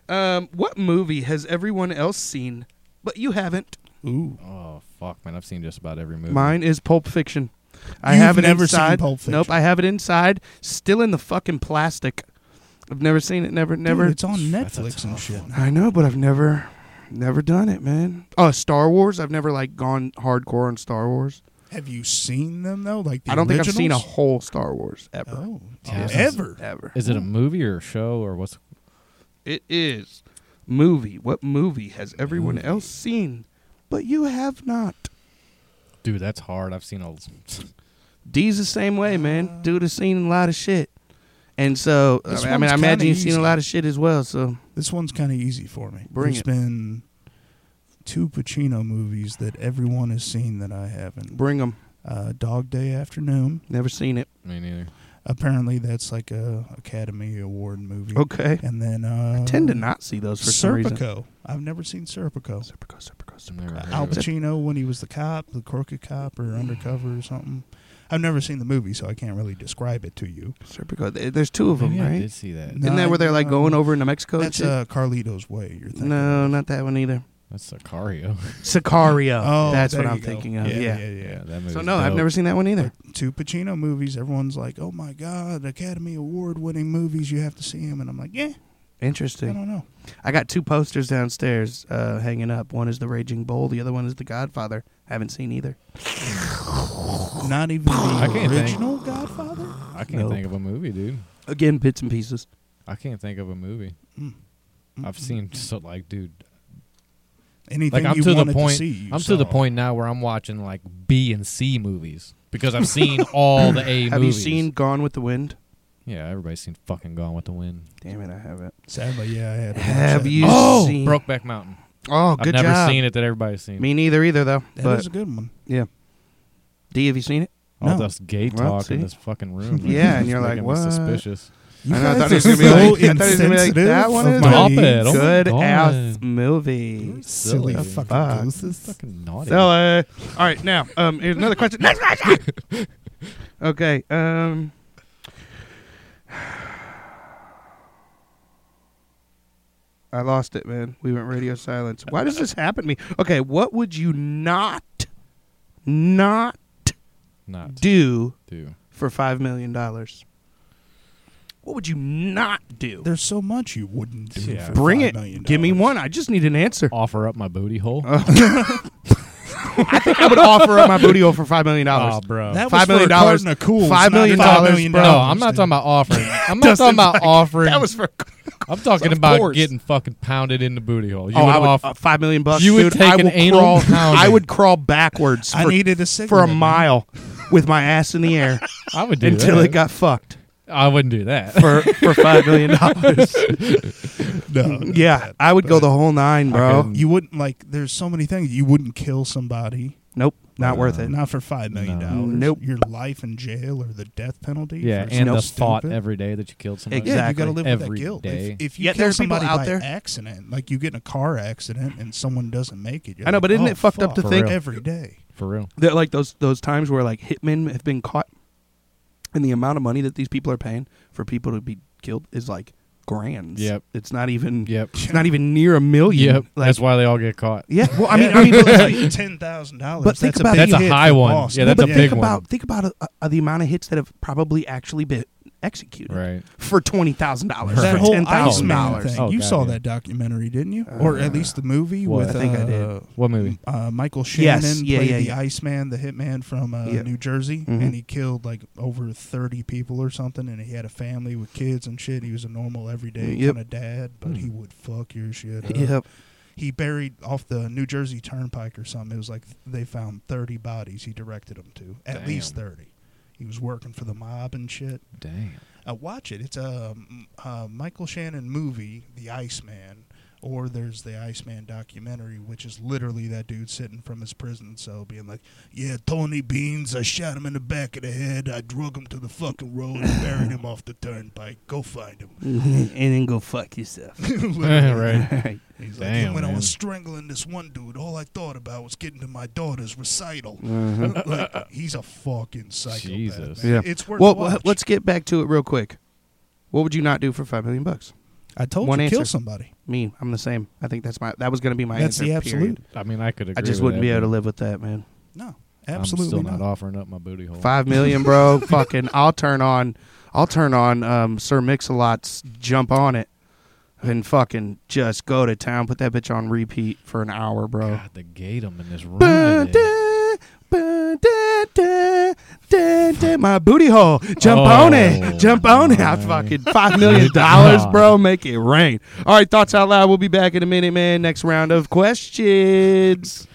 A: Um, what movie has everyone else seen but you haven't?
C: Ooh,
B: Oh fuck, man! I've seen just about every movie.
A: Mine is Pulp Fiction. I
C: You've
A: have it
C: never seen
A: inside.
C: Pulp Fiction.
A: Nope, I have it inside, still in the fucking plastic. I've never seen it. Never, never.
C: Dude, it's on
B: That's a
C: Netflix Oh, and
B: tough
C: shit.
A: I know, but I've never, never done it, man. Oh, Star Wars. I've never like gone hardcore on Star Wars.
C: Have you seen them though? Like the
A: I don't think I've seen a
C: originals?
A: whole Star Wars ever,
C: Oh,
B: Yeah,
C: oh,
B: this is-
C: ever?
A: ever.
B: Is it a movie or a show or what's?
A: It is movie. What movie has everyone else seen, but you have not?
B: Dude, that's hard. I've seen all.
A: D's the same way, man. Dude has seen a lot of shit, and so I
C: This
A: mean, I mean,
C: one's
A: I imagine
C: kinda
A: you've seen a
C: easy.
A: lot of shit as well. So
C: This one's kind of easy for me.
A: Bring
C: There's
A: it.
C: been two Pacino movies that everyone has seen that I haven't.
A: bring them.
C: Uh, Dog Day Afternoon.
A: Never seen it.
B: Me neither.
C: Apparently, that's like a Academy Award movie.
A: Okay.
C: And then uh,
A: I tend to not see those for some reason.
C: Serpico. I've never seen Serpico.
A: Serpico, Serpico, Serpico.
B: Never heard
C: Al
B: of it.
C: Pacino when he was the cop, the crooked cop, or undercover or something. I've never seen the movie, so I can't really describe it to you.
A: Serpico. Th- There's two of them,
B: Maybe I
A: right?
B: did see that.
C: No.
A: Isn't that where they're like
C: No.
A: going over into Mexico? and
C: That's
A: shit?
C: uh, Carlito's Way. You're thinking.
A: no, not that one either.
B: That's Sicario.
A: Sicario.
C: Oh,
A: that's
C: there
A: what
C: you
A: I'm
C: go.
A: thinking of.
C: Yeah,
A: Yeah.
C: yeah, yeah.
B: Yeah, that movie.
A: So no, I've never seen that one either.
C: Two Pacino movies. Everyone's like, "Oh my God, Academy Award-winning movies! You have to see him." And I'm like, "Yeah, I
A: Interesting.
C: don't know."
A: I got two posters downstairs uh, hanging up. One is The Raging Bull. The other one is The Godfather. Haven't seen either.
C: Not even the
B: I can't think.
C: original Godfather.
B: I can't
A: Nope.
B: think of a movie, dude.
A: Again, bits and pieces.
B: I can't think of a movie.
C: Mm.
B: I've seen so like, dude.
C: Anything
B: Like I'm
C: you
B: to the
C: wanted
B: point.
C: see, you
B: I'm to the
C: saw.
B: point now where I'm watching like B and C movies because I've seen all the A
A: Have
B: movies.
A: you seen Gone with the Wind?
B: Yeah, everybody's seen fucking Gone with the Wind.
A: Damn it, I haven't.
C: Sadly, yeah, I had. To watch
A: Have
C: that.
A: you
B: oh,
A: seen?
B: Brokeback Mountain.
A: Oh, good
B: I've never
A: job.
B: seen it that everybody's seen.
A: Me neither, either though.
C: That is
A: but
C: a good one.
A: yeah. D, have you seen it?
B: All
C: No.
B: this gay
A: Well,
B: talk in
A: see?
B: this fucking room. man.
A: Yeah, and
B: It's
A: you're like,
B: making me
A: what?
B: Suspicious.
C: You
A: I know, I
C: guys
A: thought it was
C: are
A: gonna be like- I
C: so
A: thought it was gonna be like,
C: insensitive
A: that one
C: of
A: is
C: my
B: Stop
C: needs.
B: it. Oh my
A: good
B: God.
A: ass movie.
C: Silly
B: Silly
C: fucking
A: fuck.
C: gooses.
B: Fucking naughty.
A: So, uh, all right, now um, here's another question. Next question. okay. Um, I lost it, man. We went radio silence. Why does this happen to me? Okay, what would you not, not
B: Not
A: do
B: do.
A: for five million dollars? What would you not do?
C: There's so much you wouldn't do.
B: Yeah.
C: for
A: Bring
C: $5
A: it.
C: million.
A: Give me one. I just need an answer.
B: Offer up my booty hole.
A: Uh, I think I would offer up my booty hole for five million dollars.
B: Aw, bro.
C: That was
A: Five
C: for
A: million
C: a carton
A: dollars.
C: of Cools,
A: Five
C: not
A: million
C: $5
A: dollars,
C: million
A: bro.
B: no, I'm not talking about offering. I'm not talking about offering.
A: That was for
B: I'm talking
A: Of
B: about
A: course.
B: getting fucking pounded in the booty hole. You
A: oh,
B: went
A: I would
B: off.
A: uh, five million bucks.
B: you would
A: dude,
B: take
A: I
B: an
A: would
B: anal
A: crawl,
B: pounding.
A: I would crawl backwards. For,
C: I needed a cigarette
A: for a
C: man.
A: mile with my ass in the air
B: I would do
A: until
B: that.
A: it got fucked
B: I wouldn't do that.
A: for for five million dollars.
C: No, no.
A: yeah, I would go the whole nine, bro.
B: couldn't.
C: you wouldn't like. There's so many things you wouldn't kill somebody. Uh,
A: Nope, not worth
B: Uh,
A: it.
C: Not for five million
B: No.
C: dollars.
A: Nope.
C: Your life in jail or the death penalty.
B: yeah,
C: for
B: and
C: something
B: the thought
C: stupid.
B: every day that you killed somebody.
A: Exactly.
C: Yeah, you got to live with
B: Every
C: that guilt.
B: day.
C: If, if you
A: Yet
C: kill
A: there's people
C: somebody
A: out
C: by
A: there-
C: accident, like you get in a car accident and someone doesn't make it, you're
A: I know,
C: like,
A: but isn't
C: "Oh,
A: it fucked up to
C: fuck,"
A: think-
C: every day?
B: For real.
A: They're like those those times where like hitmen have been caught, and the amount of money that these people are paying for people to be killed is like grands.
B: Yep.
A: it's not even.
B: Yep.
A: it's not even near a million.
B: Yep.
A: Oh, like,
B: That's why they all get caught.
A: yeah. Well, I mean, I mean, but it's like-
C: ten thousand dollars.
A: But think
C: that's a
A: about
C: big
A: it. That's
B: a
C: hit
B: high
C: for
B: one.
C: Boston.
B: Yeah, that's
A: but
B: a big
A: think
B: one.
A: about think about uh, uh, the amount of hits that have probably actually been executed
B: Right.
A: for twenty thousand dollars,
C: That
A: for
C: whole
A: ten thousand
C: Iceman
A: dollars.
C: thing.
B: Oh,
C: you
B: God,
C: saw
B: yeah.
C: that documentary, didn't you?
A: Uh,
C: or at least the movie
B: what?
C: with
A: I think I
C: uh,
A: did.
B: What movie?
C: Uh, Michael Shannon
A: Yes, yeah,
C: played
A: yeah,
C: the
A: yeah.
C: Iceman, the hitman from uh,
A: Yeah.
C: New Jersey,
A: Mhm.
C: and he killed like over thirty people or something. And he had a family with kids and shit. He was a normal, everyday
A: Yep. Mm.
C: kind of dad, but he would fuck your shit. Up.
A: Yep.
C: He buried off the New Jersey Turnpike or something. It was like they found thirty bodies. He directed them to at
B: Damn.
C: least thirty. He was working for the mob and shit.
B: Damn.
C: Uh, watch it. It's a, um, uh Michael Shannon movie, The Iceman, or there's the Iceman documentary, which is literally that dude sitting from his prison cell being like, Yeah, Tony Beans, I shot him in the back of the head. I drug him to the fucking road and buried him off the turnpike. Go find him.
A: and then go fuck yourself.
C: Literally.
B: right.
C: He's like,
B: Damn,
C: "And when I
B: man.
C: was strangling this one dude, all I thought about was getting to my daughter's recital. like, he's a fucking psychopath.
B: Jesus.
C: man.
A: Mm-hmm. Yeah.
C: It's worth
A: Well,
C: a watch.
A: let's get back to it real quick. What would you not do for five million bucks?
C: I told
A: one
C: you, kill
A: answer.
C: somebody.
A: Me, I'm the same. I think that's my that was going to be my
C: That's
A: answer.
C: the absolute.
A: period.
B: I mean, I could. Agree
A: I just
B: with
A: wouldn't be
B: that,
A: able to
B: but
A: live with that, man.
C: No, absolutely
B: I'm still not.
C: not.
B: offering up my booty hole.
A: Five million, bro. fucking, I'll turn on, I'll turn on um, Sir Mix-a-Lot's "Jump on It" and fucking just go to town. Put that bitch on repeat for an hour, bro.
B: God, the Gatum in this room.
A: Ba-
B: today.
A: da- ba- da- da- da- da- My booty hole, jump on
B: Oh,
A: it, jump on it. I
B: my
A: fucking five million dollars, bro. Make it rain. All right, thoughts out loud. We'll be back in a minute, man. Next round of questions.